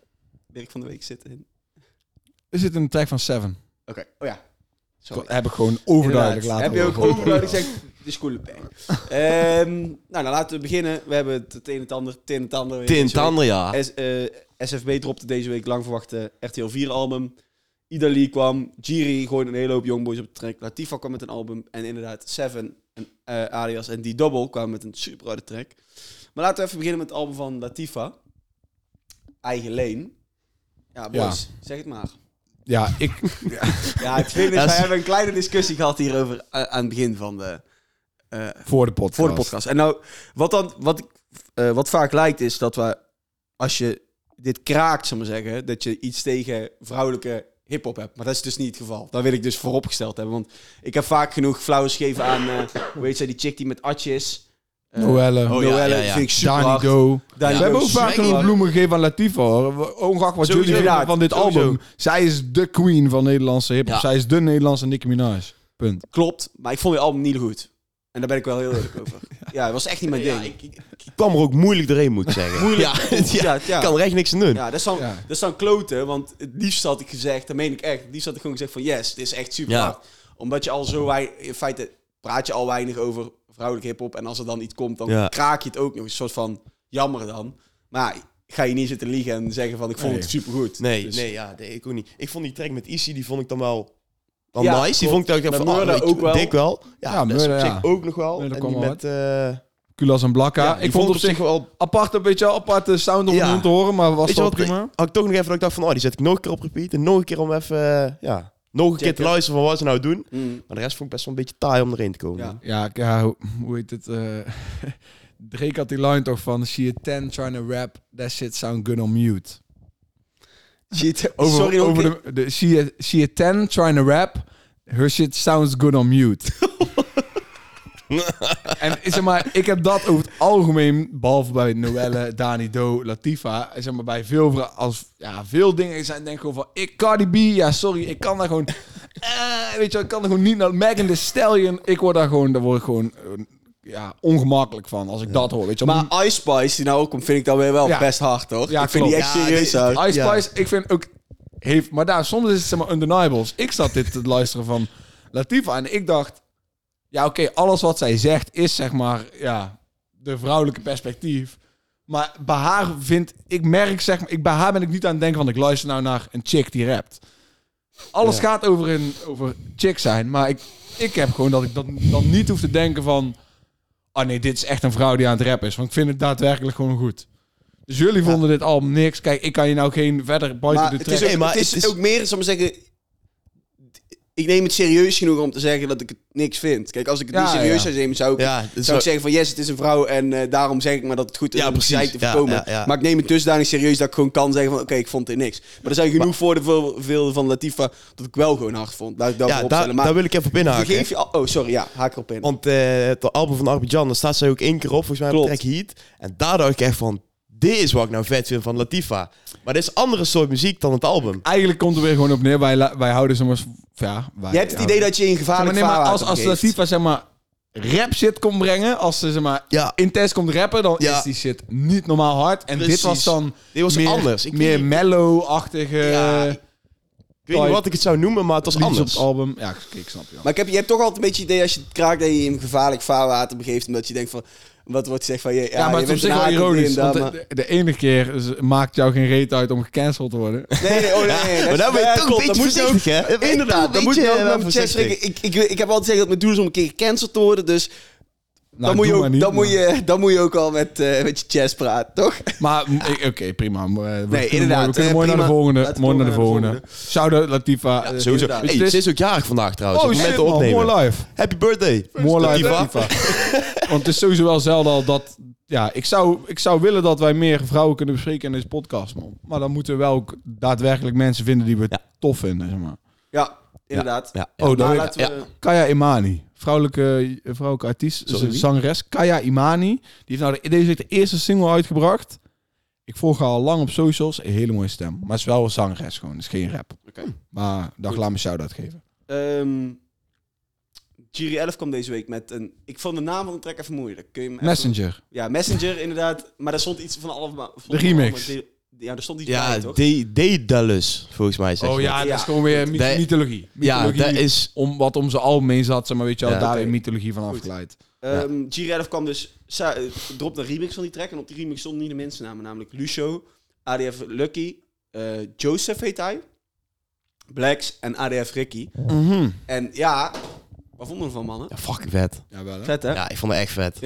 Speaker 2: Dirk van de Week zit in.
Speaker 1: Er zit een track van Seven.
Speaker 2: Oké, oh ja. Sorry.
Speaker 1: Heb ik gewoon overduidelijk
Speaker 2: Inderdaad.
Speaker 1: laten
Speaker 2: Heb je ook
Speaker 1: horen.
Speaker 2: overduidelijk gezegd, dit is coole pijn. Ehm, nou, dan laten we beginnen. We hebben het het een en het ander, het een en het ander. weer
Speaker 3: Tint
Speaker 2: deze week.
Speaker 3: ander, ja.
Speaker 2: S- eh, SFB dropte deze week lang verwachte RTL 4 album. Idali kwam, Jiri gooide een hele hoop jongboys op de track. Latifa kwam met een album en inderdaad Seven en eh, Alias en D-Double kwamen met een super harde track. Maar laten we even beginnen met het album van Latifa. Eigen Leen. Ja, boys, zeg het maar.
Speaker 1: Ja, ik,
Speaker 2: Ja, het vind is,
Speaker 3: Ja,
Speaker 2: wij
Speaker 3: ze-
Speaker 2: hebben een kleine discussie gehad hierover eh, aan het begin van de, eh,
Speaker 1: voor de podcast.
Speaker 2: voor de podcast. En nou, wat, dan, wat, ik, eh, wat vaak lijkt is dat we, als je dit kraakt, zullen we zeggen, dat je iets tegen vrouwelijke hip-hop heb. Maar dat is dus niet het geval. Dat wil ik dus vooropgesteld hebben. Want ik heb vaak genoeg flauwers gegeven aan. eh, hoe heet zij, die chick die met Atje is? Eh,
Speaker 1: Noelle.
Speaker 3: Oh,
Speaker 2: Noelle,
Speaker 3: ja, ja, ja.
Speaker 2: vind ik super
Speaker 1: Dani
Speaker 2: hard.
Speaker 1: Go.
Speaker 2: Dani
Speaker 1: We
Speaker 2: Go,
Speaker 1: hebben ook
Speaker 2: super
Speaker 1: vaak genoeg
Speaker 2: hard.
Speaker 1: bloemen gegeven aan Latifa, hoor. Ongeacht wat
Speaker 3: Sowieso,
Speaker 1: jullie vinden van dit
Speaker 3: sowieso.
Speaker 1: album. Zij is de queen van Nederlandse hip-hop.
Speaker 3: Ja.
Speaker 1: Zij is de Nederlandse Nicki Minaj. Punt.
Speaker 2: Klopt, maar ik vond die album niet goed. En daar ben ik wel heel eerlijk over. Ja, het was echt niet mijn
Speaker 3: Ja,
Speaker 2: ding.
Speaker 3: ik, ik- ik kwam er ook moeilijk doorheen, moet ik zeggen. moeilijk. Ja, het- ja,
Speaker 2: Ja,
Speaker 3: ik
Speaker 2: ja.
Speaker 3: kan er echt niks aan doen.
Speaker 2: Ja, dat is, dan,
Speaker 1: Ja.
Speaker 2: dat is dan kloten, want het liefst had ik gezegd, dat meen ik echt, het liefst had ik gewoon gezegd van yes, dit is echt super
Speaker 3: Ja.
Speaker 2: hard. Omdat je al zo weinig, in feite praat je al weinig over vrouwelijk hiphop en als er dan iets komt, dan
Speaker 3: Ja.
Speaker 2: kraak je het ook nog, een soort van jammer dan. Maar ja, ga je niet zitten liegen en zeggen van ik vond
Speaker 1: Nee.
Speaker 2: het supergoed.
Speaker 3: Nee,
Speaker 2: Dus-
Speaker 3: nee, ja, nee, ik ook niet. Ik vond die track met Issy, die vond ik dan wel, wel
Speaker 2: Ja,
Speaker 3: nice. Die
Speaker 2: klopt.
Speaker 3: vond ik dan ook,
Speaker 2: Met
Speaker 3: van, ah,
Speaker 2: Murda
Speaker 3: weet je,
Speaker 2: ook wel.
Speaker 3: dik wel. Ja,
Speaker 1: Ja,
Speaker 3: dat is op
Speaker 1: Murda,
Speaker 3: zich
Speaker 1: ja.
Speaker 3: ook nog wel.
Speaker 1: Murda
Speaker 3: en
Speaker 1: kwam
Speaker 3: die
Speaker 1: wel
Speaker 3: met, eh,
Speaker 1: Kulas en Blakka.
Speaker 3: ja,
Speaker 1: ik
Speaker 3: die
Speaker 1: vond, het op zich
Speaker 3: wel...
Speaker 1: apart, een beetje een aparte sound om
Speaker 3: Ja.
Speaker 1: hem te horen, maar was
Speaker 3: Weet je
Speaker 1: wel
Speaker 3: wat,
Speaker 1: prima.
Speaker 3: had ik toch nog even dat ik dacht van, oh, die zet ik nog een keer op repeat. En nog een keer om even, eh, ja, nog een keer te
Speaker 2: Checken.
Speaker 3: luisteren van wat ze nou doen.
Speaker 2: Mm.
Speaker 3: Maar de rest vond ik best wel een beetje taai om erin te komen.
Speaker 2: Ja.
Speaker 1: Ja, ik- ja, hoe- hoe heet het? eh Drake had die line toch van... She a 10 trying to rap, that shit sound good on mute.
Speaker 2: Shit,
Speaker 1: Over,
Speaker 2: sorry nog
Speaker 1: over
Speaker 2: een
Speaker 1: de, de she, a, she a 10 trying to rap, her shit sounds good on mute. en zeg maar, ik heb dat over het algemeen, behalve bij Noelle, Dani Do, Latifa, zeg maar bij veel, vra- als, ja, veel dingen zijn denk ik gewoon van, ik Cardi B, ja sorry, ik kan daar gewoon, eh, weet je wel, ik kan er gewoon niet naar, Megan Thee Stallion, ik word daar gewoon, daar word ik gewoon, eh, ja, ongemakkelijk van als ik dat hoor, weet je wel.
Speaker 2: Maar Ice Spice, die nou ook komt, vind ik dan weer wel
Speaker 1: Ja.
Speaker 2: best hard, hoor.
Speaker 1: Ja,
Speaker 2: ik vind die
Speaker 1: klopt.
Speaker 2: echt
Speaker 3: Ja,
Speaker 2: serieus
Speaker 3: die-
Speaker 2: hard.
Speaker 1: Ice
Speaker 3: Ja.
Speaker 1: Spice, ik vind ook... Heeft, maar daar, soms is het zeg maar undeniables. Ik zat dit te luisteren van Latifa en ik dacht... Ja, oké, alles wat zij zegt is zeg maar... Ja, de vrouwelijke perspectief. Maar bij haar vind... Ik merk zeg maar... Ik, bij haar ben ik niet aan het denken van... Ik luister nou naar een chick die rapt. Alles
Speaker 3: Ja.
Speaker 1: gaat over, een, over chick zijn. Maar ik, ik heb gewoon dat ik dat, dan niet hoef te denken van... Oh nee, dit is echt een vrouw die aan het rappen is. Want ik vind het daadwerkelijk gewoon goed. Dus jullie vonden dit album niks. Kijk, ik kan je nou geen verder buiten
Speaker 2: Maar
Speaker 1: de
Speaker 2: het is,
Speaker 1: track...
Speaker 2: ook,
Speaker 3: Nee, maar
Speaker 2: het is
Speaker 3: het is-
Speaker 2: ook meer, zal ik maar zeggen... Ik neem het serieus genoeg om te zeggen dat ik het niks vind. Kijk, als ik het
Speaker 1: Ja,
Speaker 2: niet serieus
Speaker 1: ja.
Speaker 2: zou nemen, zou ik,
Speaker 3: Ja, dus dat
Speaker 2: zou ik
Speaker 3: zou-
Speaker 2: zeggen van... Yes, het is een vrouw en eh, daarom zeg ik maar dat het goed is
Speaker 3: Ja,
Speaker 2: om
Speaker 3: precies.
Speaker 2: gezeik te
Speaker 3: Ja,
Speaker 2: voorkomen.
Speaker 3: ja, ja.
Speaker 2: Maar ik neem het dusdanig serieus dat ik gewoon kan zeggen van... Oké, ik vond dit niks. Maar er zijn genoeg voordelen van Latifa dat ik wel gewoon hard vond. Laat ik dat
Speaker 3: Ja,
Speaker 2: voorop
Speaker 3: daar,
Speaker 2: stellen. Maar
Speaker 3: daar wil ik even op inhaken.
Speaker 2: vergeef je... al- Oh, sorry. Ja, haak erop in.
Speaker 3: Want eh, het album van Arbidjan, daar staat zij ook één keer op, volgens mij op
Speaker 2: Klopt.
Speaker 3: track Heat. En daar dacht ik echt van, dit is wat ik nou vet vind van Latifa. Maar dit is andere soort muziek dan het album.
Speaker 1: Eigenlijk komt er weer gewoon op neer. Wij, la- wij houden zomaar... Ja, wij,
Speaker 2: Je hebt het idee dat je in
Speaker 1: Zeg
Speaker 2: gevaarlijk
Speaker 1: Ah, maar, nee, maar als,
Speaker 2: vaarwater
Speaker 1: als
Speaker 2: begeeft.
Speaker 1: Latifa zeg maar rap shit komt brengen, als ze zeg maar
Speaker 3: Ja.
Speaker 1: intens komt rappen, dan
Speaker 3: Ja.
Speaker 1: is die shit niet normaal hard. En
Speaker 3: Precies.
Speaker 1: dit was dan
Speaker 3: Dit was
Speaker 1: meer,
Speaker 3: anders. Ik
Speaker 1: meer
Speaker 3: weet niet-
Speaker 1: mellow-achtige
Speaker 3: Ja,
Speaker 1: ja,
Speaker 3: ik Ik weet niet wat ik het zou noemen, maar het was
Speaker 1: op het
Speaker 3: anders.
Speaker 1: album. Ja, oké, ik snap je. wel.
Speaker 2: Maar ik heb, je hebt toch altijd een beetje het idee als je het kraakt dat je je in gevaarlijk vaarwater begeeft. Omdat je denkt van, wat wordt gezegd van, ja,
Speaker 1: Ja, maar het
Speaker 2: je
Speaker 1: is op
Speaker 2: bent
Speaker 1: zich
Speaker 2: een
Speaker 1: wel
Speaker 2: haak op die
Speaker 1: ironisch.
Speaker 2: en daar,
Speaker 1: Want de,
Speaker 2: maar-
Speaker 1: de- de ene keer is- maakt jou geen reet uit om gecanceld te worden.
Speaker 2: Nee, nee, oh, nee, nee.
Speaker 3: Maar
Speaker 1: nou
Speaker 3: daar ben je
Speaker 2: ja,
Speaker 3: toch
Speaker 2: klopt,
Speaker 3: een beetje
Speaker 2: dat moet je ook-
Speaker 3: voorzichtig, hè? Ben je toch een
Speaker 2: Inderdaad, dan moet je
Speaker 3: beetje
Speaker 2: ook naar
Speaker 3: wel
Speaker 2: mijn chest
Speaker 3: voorzichtig?
Speaker 2: trekken. Ik, ik, ik heb altijd gezegd dat mijn doel is om een keer gecanceld te worden, dus
Speaker 1: Nou,
Speaker 2: dan, moet je
Speaker 1: doe
Speaker 2: ook,
Speaker 1: maar niet,
Speaker 2: dan, moet
Speaker 1: maar-
Speaker 2: je, dan moet je ook al met, eh, met je chest praten, toch?
Speaker 1: Maar m- ik- oké, prima. maar, eh, We kunnen
Speaker 2: inderdaad,
Speaker 1: mooi- we kunnen
Speaker 2: eh,
Speaker 1: mooi naar de
Speaker 2: prima.
Speaker 1: volgende.
Speaker 2: Laten we
Speaker 1: Mooi naar de
Speaker 2: doorgaan naar de
Speaker 1: volgende. Shout-out Latifa. Eh,
Speaker 3: Sowieso.
Speaker 2: Inderdaad.
Speaker 3: Hey,
Speaker 1: Het is-
Speaker 3: ze is ook jarig vandaag trouwens.
Speaker 1: Oh
Speaker 3: op het
Speaker 1: shit,
Speaker 3: moment dat we
Speaker 1: man.
Speaker 3: opnemen.
Speaker 1: More life.
Speaker 3: Happy birthday.
Speaker 1: More life
Speaker 3: Latifa.
Speaker 1: Latifa. Want het is sowieso wel zelden al dat... Ja, ik zou, ik zou willen dat wij meer vrouwen kunnen bespreken in deze podcast, man. Maar dan moeten we wel ook daadwerkelijk mensen vinden die we
Speaker 3: Ja.
Speaker 1: tof vinden, zeg maar.
Speaker 2: Ja, inderdaad.
Speaker 3: Ja,
Speaker 1: Oh,
Speaker 2: Maar
Speaker 1: daar weet-
Speaker 2: laten we...
Speaker 1: Kaya Imani, vrouwelijke, eh, vrouwelijke artiest,
Speaker 3: Sorry,
Speaker 1: z-
Speaker 3: wie?
Speaker 1: zangeres. Kaya Imani, die heeft nou de, deze week de eerste single uitgebracht. Ik volg haar al lang op socials. Een hele mooie stem. Maar het is wel een zangeres gewoon, het is geen rap.
Speaker 2: Oké.
Speaker 1: Maar dag, laat me een shout-out geven.
Speaker 2: ehm, Giri 11 kwam deze week met een... Ik vond de naam van de track even moeilijk. Kun je hem even-
Speaker 1: Messenger.
Speaker 2: Ja, Messenger inderdaad. Maar daar stond iets van allemaal...
Speaker 1: De remix.
Speaker 2: Ja, daar stond iets
Speaker 3: Ja,
Speaker 2: bij, toch?
Speaker 3: D- Daedalus, volgens mij. Zeg
Speaker 1: Oh
Speaker 3: je
Speaker 1: ja,
Speaker 3: dat.
Speaker 1: dat is gewoon weer myth-
Speaker 3: Daar-
Speaker 1: mythologie.
Speaker 3: Ja,
Speaker 1: Mythologie.
Speaker 3: dat is...
Speaker 1: om wat om zijn album heen zat, zeg maar, weet je wel,
Speaker 3: Ja,
Speaker 1: daar
Speaker 2: oké.
Speaker 1: weer mythologie van afgeleid.
Speaker 2: Ehm G-Relf kwam dus, sa- eh, dropte een remix van die track. En op die remix stonden niet de mensen namen, namelijk Lucio, ADF Lucky, eh, Joseph heet hij, Blacks en ADF Ricky.
Speaker 3: Mhm.
Speaker 2: En ja, wat vonden we van mannen?
Speaker 3: Ja, fucking vet.
Speaker 1: Ja, wel hè?
Speaker 2: Vet hè? Ja.
Speaker 3: Ja, ik vond het echt vet.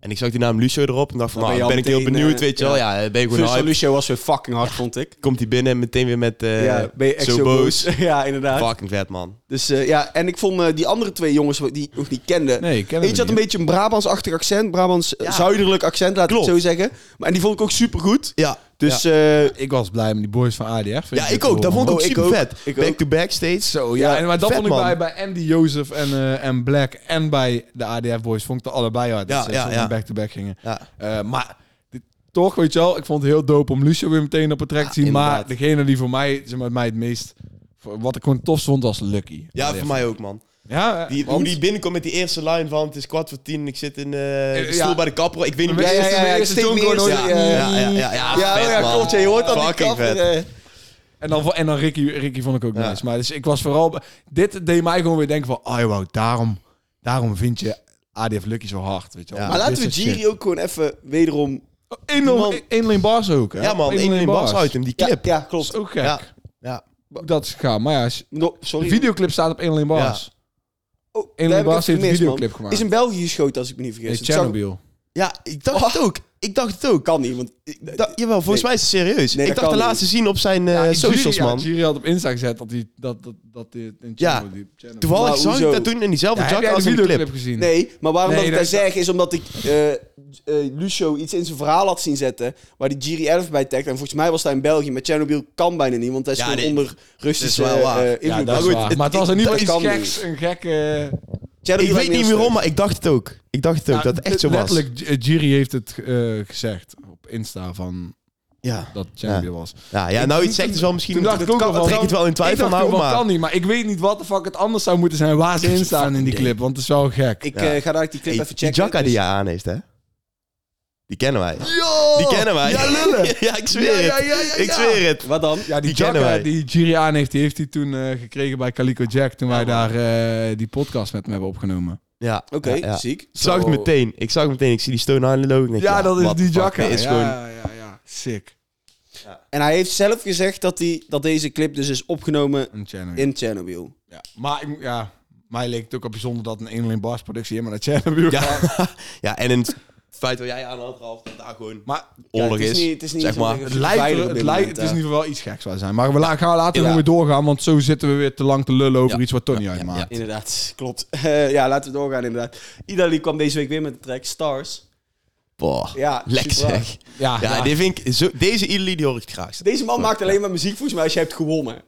Speaker 3: En ik zag die naam Lucio erop en dacht van,
Speaker 2: Dan
Speaker 3: nou,
Speaker 2: ben
Speaker 3: ben,
Speaker 2: je al
Speaker 3: ik heel
Speaker 2: meteen,
Speaker 3: benieuwd,
Speaker 2: eh,
Speaker 3: weet je wel. Ja, ben je gewoon
Speaker 2: First van
Speaker 3: hype.
Speaker 2: Lucio was weer fucking hard, vond ik.
Speaker 3: Komt hij binnen en meteen weer met eh
Speaker 2: ja, ben je echt
Speaker 3: zo, boos.
Speaker 2: ja, inderdaad.
Speaker 3: Fucking vet, man.
Speaker 2: Dus eh, ja, en ik vond eh, die andere twee jongens die ik nog niet kende.
Speaker 1: Nee, ik ken hem
Speaker 2: Eentje had een
Speaker 1: niet.
Speaker 2: beetje een Brabants-achtig eh, accent, Brabants-zuidelijk accent, laat
Speaker 3: Klopt.
Speaker 2: ik het zo zeggen. Maar, en die vond ik ook supergoed.
Speaker 3: Ja,
Speaker 2: Dus eh,
Speaker 1: Ik was blij met die boys van ADR. vind
Speaker 3: Ja,
Speaker 1: dit
Speaker 3: ik
Speaker 1: te
Speaker 3: ook. Dat
Speaker 1: horen,
Speaker 3: vond ik
Speaker 1: man.
Speaker 3: ook
Speaker 2: Oh, ik
Speaker 3: super
Speaker 2: ook.
Speaker 3: vet.
Speaker 2: Ik ook.
Speaker 3: Back-to-back steeds.
Speaker 1: Zo, ja. en, maar dat
Speaker 3: vet,
Speaker 1: vond ik bij,
Speaker 3: man.
Speaker 1: bij MD Jozef en, eh, en Black en bij de ADF boys vond ik dat allebei hard.
Speaker 3: Ja,
Speaker 1: dat ze
Speaker 3: ja,
Speaker 1: zo
Speaker 3: ja.
Speaker 1: back-to-back gingen.
Speaker 3: Ja.
Speaker 1: Eh, maar dit- toch, weet je wel, ik vond het heel dope om Lucio weer meteen op het trek te zien. Maar
Speaker 3: inderdaad.
Speaker 1: degene die voor mij, zeg maar, mij het meest, voor- wat ik gewoon tof vond, was Lucky.
Speaker 3: Ja,
Speaker 1: ADF.
Speaker 3: voor mij ook, man.
Speaker 1: Ja,
Speaker 3: Die,
Speaker 1: want-
Speaker 3: hoe die binnenkomt met die eerste line van... Het is kwart voor tien en ik zit in eh, de
Speaker 1: ja.
Speaker 3: stoel bij de kapper. Ik weet niet
Speaker 1: Ja,
Speaker 3: meer...
Speaker 1: ja, ja, ja,
Speaker 2: ik
Speaker 1: ik
Speaker 2: steek
Speaker 1: steek
Speaker 2: mijn
Speaker 1: gewoon
Speaker 2: eerste-
Speaker 1: nooit- eh,
Speaker 2: ja,
Speaker 3: ja, ja, ja,
Speaker 2: Ja,
Speaker 3: vet,
Speaker 2: oh ja,
Speaker 3: man.
Speaker 2: klopt. Ja, je hoort dat die
Speaker 3: Fucking
Speaker 2: kapper,
Speaker 3: vet.
Speaker 2: eh.
Speaker 1: En dan, en dan Ricky, Ricky vond ik ook
Speaker 3: Ja.
Speaker 1: nice. Maar dus ik was vooral... Dit deed mij gewoon weer denken van... Oh, wow, daarom, daarom vind je ADF Lucky zo hard, weet je wel.
Speaker 3: Ja.
Speaker 2: Maar
Speaker 1: Dit
Speaker 2: laten we
Speaker 1: soort shit.
Speaker 2: Giri ook gewoon even wederom...
Speaker 1: Oh, Enorm,
Speaker 2: man-
Speaker 1: e- één lane bars ook, hè?
Speaker 3: Ja, man.
Speaker 1: Eén
Speaker 3: Een
Speaker 1: lane
Speaker 3: in bars uit hem, die
Speaker 2: Ja,
Speaker 3: clip.
Speaker 2: Ja,
Speaker 1: Dat is
Speaker 2: klopt.
Speaker 1: ook gek.
Speaker 3: Ja. Ja.
Speaker 1: Hoe Dat is gegaan. Maar ja, als-
Speaker 2: No,
Speaker 1: de
Speaker 2: sorry.
Speaker 1: videoclip staat op één lane bars.
Speaker 2: Oh,
Speaker 1: Eén
Speaker 2: daar
Speaker 1: lane
Speaker 2: heb ik
Speaker 1: bars
Speaker 2: even
Speaker 1: heeft een
Speaker 2: gemist, man.
Speaker 1: videoclip gemaakt.
Speaker 2: Is in België geschoten, als ik me niet
Speaker 1: Nee,
Speaker 2: vergis. Het zou-
Speaker 1: Chernobyl.
Speaker 3: Ja, ik dacht het ook. Ik dacht het ook.
Speaker 2: kan niet, want... ik-
Speaker 3: Da- jawel, volgens
Speaker 2: Nee.
Speaker 3: mij is het serieus.
Speaker 2: Nee,
Speaker 3: ik
Speaker 2: dat
Speaker 3: dacht de
Speaker 2: kan niet.
Speaker 3: laatste zien op zijn eh,
Speaker 1: Ja, ik-
Speaker 3: socials,
Speaker 1: Jury- ja,
Speaker 3: man.
Speaker 1: Jury had op Insta gezet dat hij... Dat, dat, dat, hij in
Speaker 3: Ja.
Speaker 1: Chernobyl- die Chernobyl-
Speaker 3: Toevallig
Speaker 2: Maar
Speaker 3: zag ik
Speaker 2: hoezo?
Speaker 3: dat toen in diezelfde
Speaker 1: Ja, heb
Speaker 3: jack
Speaker 1: jij de
Speaker 3: als een
Speaker 1: videoclip
Speaker 3: clip.
Speaker 1: gezien?
Speaker 2: Nee, maar waarom
Speaker 1: Hm. Nee,
Speaker 2: dat ik
Speaker 1: dat
Speaker 2: dat
Speaker 1: is-
Speaker 2: zeg is omdat ik eh, eh, Lucio iets in zijn verhaal had zien zetten waar die Giri 11 bij tagt. En volgens mij was hij in België, maar Chernobyl kan bijna niet, want hij is
Speaker 3: Ja,
Speaker 2: gewoon
Speaker 3: nee.
Speaker 2: onder Russische
Speaker 3: wel waar.
Speaker 2: eh,
Speaker 3: Ja,
Speaker 2: invloed.
Speaker 1: Ja,
Speaker 2: Maar
Speaker 1: dat is
Speaker 2: goed,
Speaker 1: waar.
Speaker 2: het-
Speaker 1: Maar het was in ieder
Speaker 2: dat
Speaker 1: geval iets
Speaker 2: kan
Speaker 1: geks. Een gekke...
Speaker 2: Chernobyl
Speaker 3: Ik weet
Speaker 2: lijkt
Speaker 3: niet
Speaker 2: me heel
Speaker 3: meer om,
Speaker 2: sterk.
Speaker 3: maar ik dacht het ook. Ik dacht het ook, dat het echt zo was.
Speaker 1: Letterlijk, J- Jiri heeft het eh, gezegd op Insta van
Speaker 3: Ja,
Speaker 1: dat Champion was.
Speaker 3: ja, ja nou iets zegt is wel misschien...
Speaker 1: Toen dacht ik ook
Speaker 3: kan-
Speaker 1: al van,
Speaker 3: trek het wel in
Speaker 1: ik
Speaker 3: twijfel
Speaker 1: dacht
Speaker 3: nou,
Speaker 1: toen van,
Speaker 3: maar...
Speaker 1: kan niet, maar ik weet niet wat de fuck het anders zou moeten zijn waar ze in staan in die clip, want het is wel gek.
Speaker 2: Ik
Speaker 3: Ja.
Speaker 2: eh, ga daar die clip
Speaker 3: Hey,
Speaker 2: even checken.
Speaker 3: Die jacka
Speaker 2: dus-
Speaker 3: die jij aan heeft, hè? Die kennen wij. Die kennen wij.
Speaker 1: Ja, lullen!
Speaker 3: ja, ik zweer
Speaker 1: Ja,
Speaker 3: het.
Speaker 1: ja, ja, ja,
Speaker 3: Ik
Speaker 1: ja.
Speaker 3: zweer het.
Speaker 2: Wat dan?
Speaker 1: Ja, die,
Speaker 3: Die kennen
Speaker 1: jacka
Speaker 3: wij.
Speaker 1: die Jiri aan heeft, die heeft hij toen eh, gekregen bij Calico Jack toen wij daar eh, die podcast met hem hebben opgenomen.
Speaker 3: Ja.
Speaker 2: Oké,
Speaker 3: Ja, ja.
Speaker 2: ziek.
Speaker 3: Ik zag het
Speaker 1: Zo.
Speaker 3: meteen. Ik zag het meteen. Ik zie die Stone Island logo. en denk,
Speaker 1: Ja, dat is
Speaker 3: what
Speaker 1: die
Speaker 3: the fuck,
Speaker 1: jacka.
Speaker 3: dit Is
Speaker 1: ja,
Speaker 3: gewoon,
Speaker 1: ja, ja, Sick.
Speaker 2: En hij heeft zelf gezegd dat, die, dat deze clip dus is opgenomen
Speaker 1: Een Chernobyl.
Speaker 2: in Chernobyl.
Speaker 1: Ja. Maar ik- ja, mij leek het ook al bijzonder dat een Inland Bars productie helemaal naar Chernobyl gaat.
Speaker 3: ja. ja, en in het feit dat jij aan had, Ralf, dat daar gewoon
Speaker 1: Maar
Speaker 2: Ja,
Speaker 3: oorlog
Speaker 2: het is
Speaker 3: is.
Speaker 2: niet- het is niet
Speaker 3: zeg
Speaker 2: zo
Speaker 3: maar.
Speaker 2: lekker.
Speaker 1: Het lijkt,
Speaker 2: veilig
Speaker 1: er-
Speaker 2: op
Speaker 1: het,
Speaker 2: dit
Speaker 1: lijkt,
Speaker 2: moment,
Speaker 1: het is
Speaker 2: ja.
Speaker 1: in ieder geval iets geks waar zijn. Maar we la- gaan later
Speaker 2: Ja.
Speaker 1: nog weer doorgaan, want zo zitten we weer te lang te lullen over
Speaker 3: Ja.
Speaker 1: iets wat Tony
Speaker 3: ja,
Speaker 1: uitmaakt.
Speaker 3: ja.
Speaker 2: Inderdaad, klopt. Eh, ja, laten we doorgaan inderdaad. Idali kwam deze week weer met de track Stars.
Speaker 3: Boah.
Speaker 2: Ja,
Speaker 3: Lek
Speaker 2: super.
Speaker 3: zeg.
Speaker 1: Ja,
Speaker 3: Ja,
Speaker 1: Ah, ja.
Speaker 3: Dit vind ik, zo, deze Idoli die hoor ik het graagst.
Speaker 2: Deze man maakt alleen maar muziek volgens mij als je hebt gewonnen.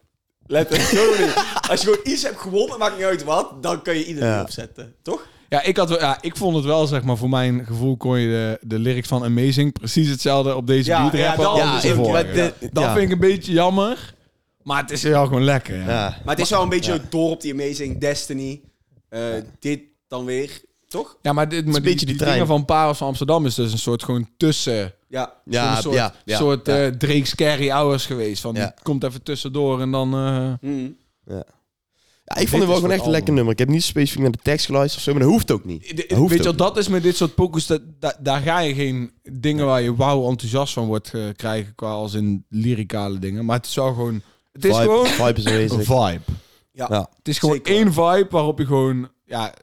Speaker 2: Letterlijk. Zo niet. als je gewoon iets hebt gewonnen, maakt niet uit wat, dan kan je iedereen
Speaker 3: Ja.
Speaker 2: opzetten. Toch?
Speaker 1: Ja, ik had, wel- ja, ik vond het wel, zeg maar, voor mijn gevoel kon je de, de lyrics van Amazing precies hetzelfde op deze
Speaker 2: Ja,
Speaker 1: beat
Speaker 2: ja,
Speaker 1: rappen
Speaker 2: dat
Speaker 1: als
Speaker 3: is
Speaker 1: de
Speaker 3: ook-
Speaker 1: vorige.
Speaker 2: maar de-
Speaker 1: Dat
Speaker 3: ja.
Speaker 1: vind ik een beetje jammer, maar het is wel gewoon lekker. Ja.
Speaker 3: Ja.
Speaker 2: Maar het is wel een beetje zo door op die Amazing Destiny. Eh, Dit dan weer. Toch?
Speaker 1: Ja, maar, dit, maar
Speaker 3: een
Speaker 1: die,
Speaker 3: beetje die
Speaker 1: die
Speaker 3: trein.
Speaker 1: dingen van Parels van Amsterdam is dus een soort gewoon tussen...
Speaker 2: Ja.
Speaker 1: gewoon
Speaker 3: Ja,
Speaker 1: een soort,
Speaker 3: ja, ja.
Speaker 1: soort
Speaker 3: ja.
Speaker 1: eh, Drake's Carry Hours geweest. Van,
Speaker 3: Ja.
Speaker 1: Die komt even tussendoor en dan... eh,
Speaker 2: Mm.
Speaker 3: Ja, ik vond het
Speaker 1: is
Speaker 3: wel gewoon
Speaker 1: wat
Speaker 3: echt een lekker
Speaker 1: anders.
Speaker 3: nummer. Ik heb niet specifiek naar de tekst geluisterd of zo, maar dat hoeft ook niet.
Speaker 1: De-
Speaker 3: Dat hoeft
Speaker 1: weet je,
Speaker 3: ook
Speaker 1: wel, dat is met dit soort pokus. Dat, da- daar ga je geen dingen waar je wauw enthousiast van wordt eh, krijgen. Qua als in lyricale dingen. Maar het is wel gewoon. Het is
Speaker 3: vibe,
Speaker 1: gewoon
Speaker 3: vibe is
Speaker 1: een
Speaker 3: aanwezig.
Speaker 1: vibe.
Speaker 2: Ja.
Speaker 3: Ja.
Speaker 1: Het is gewoon
Speaker 2: Zeker.
Speaker 1: één vibe waarop je gewoon. Ja,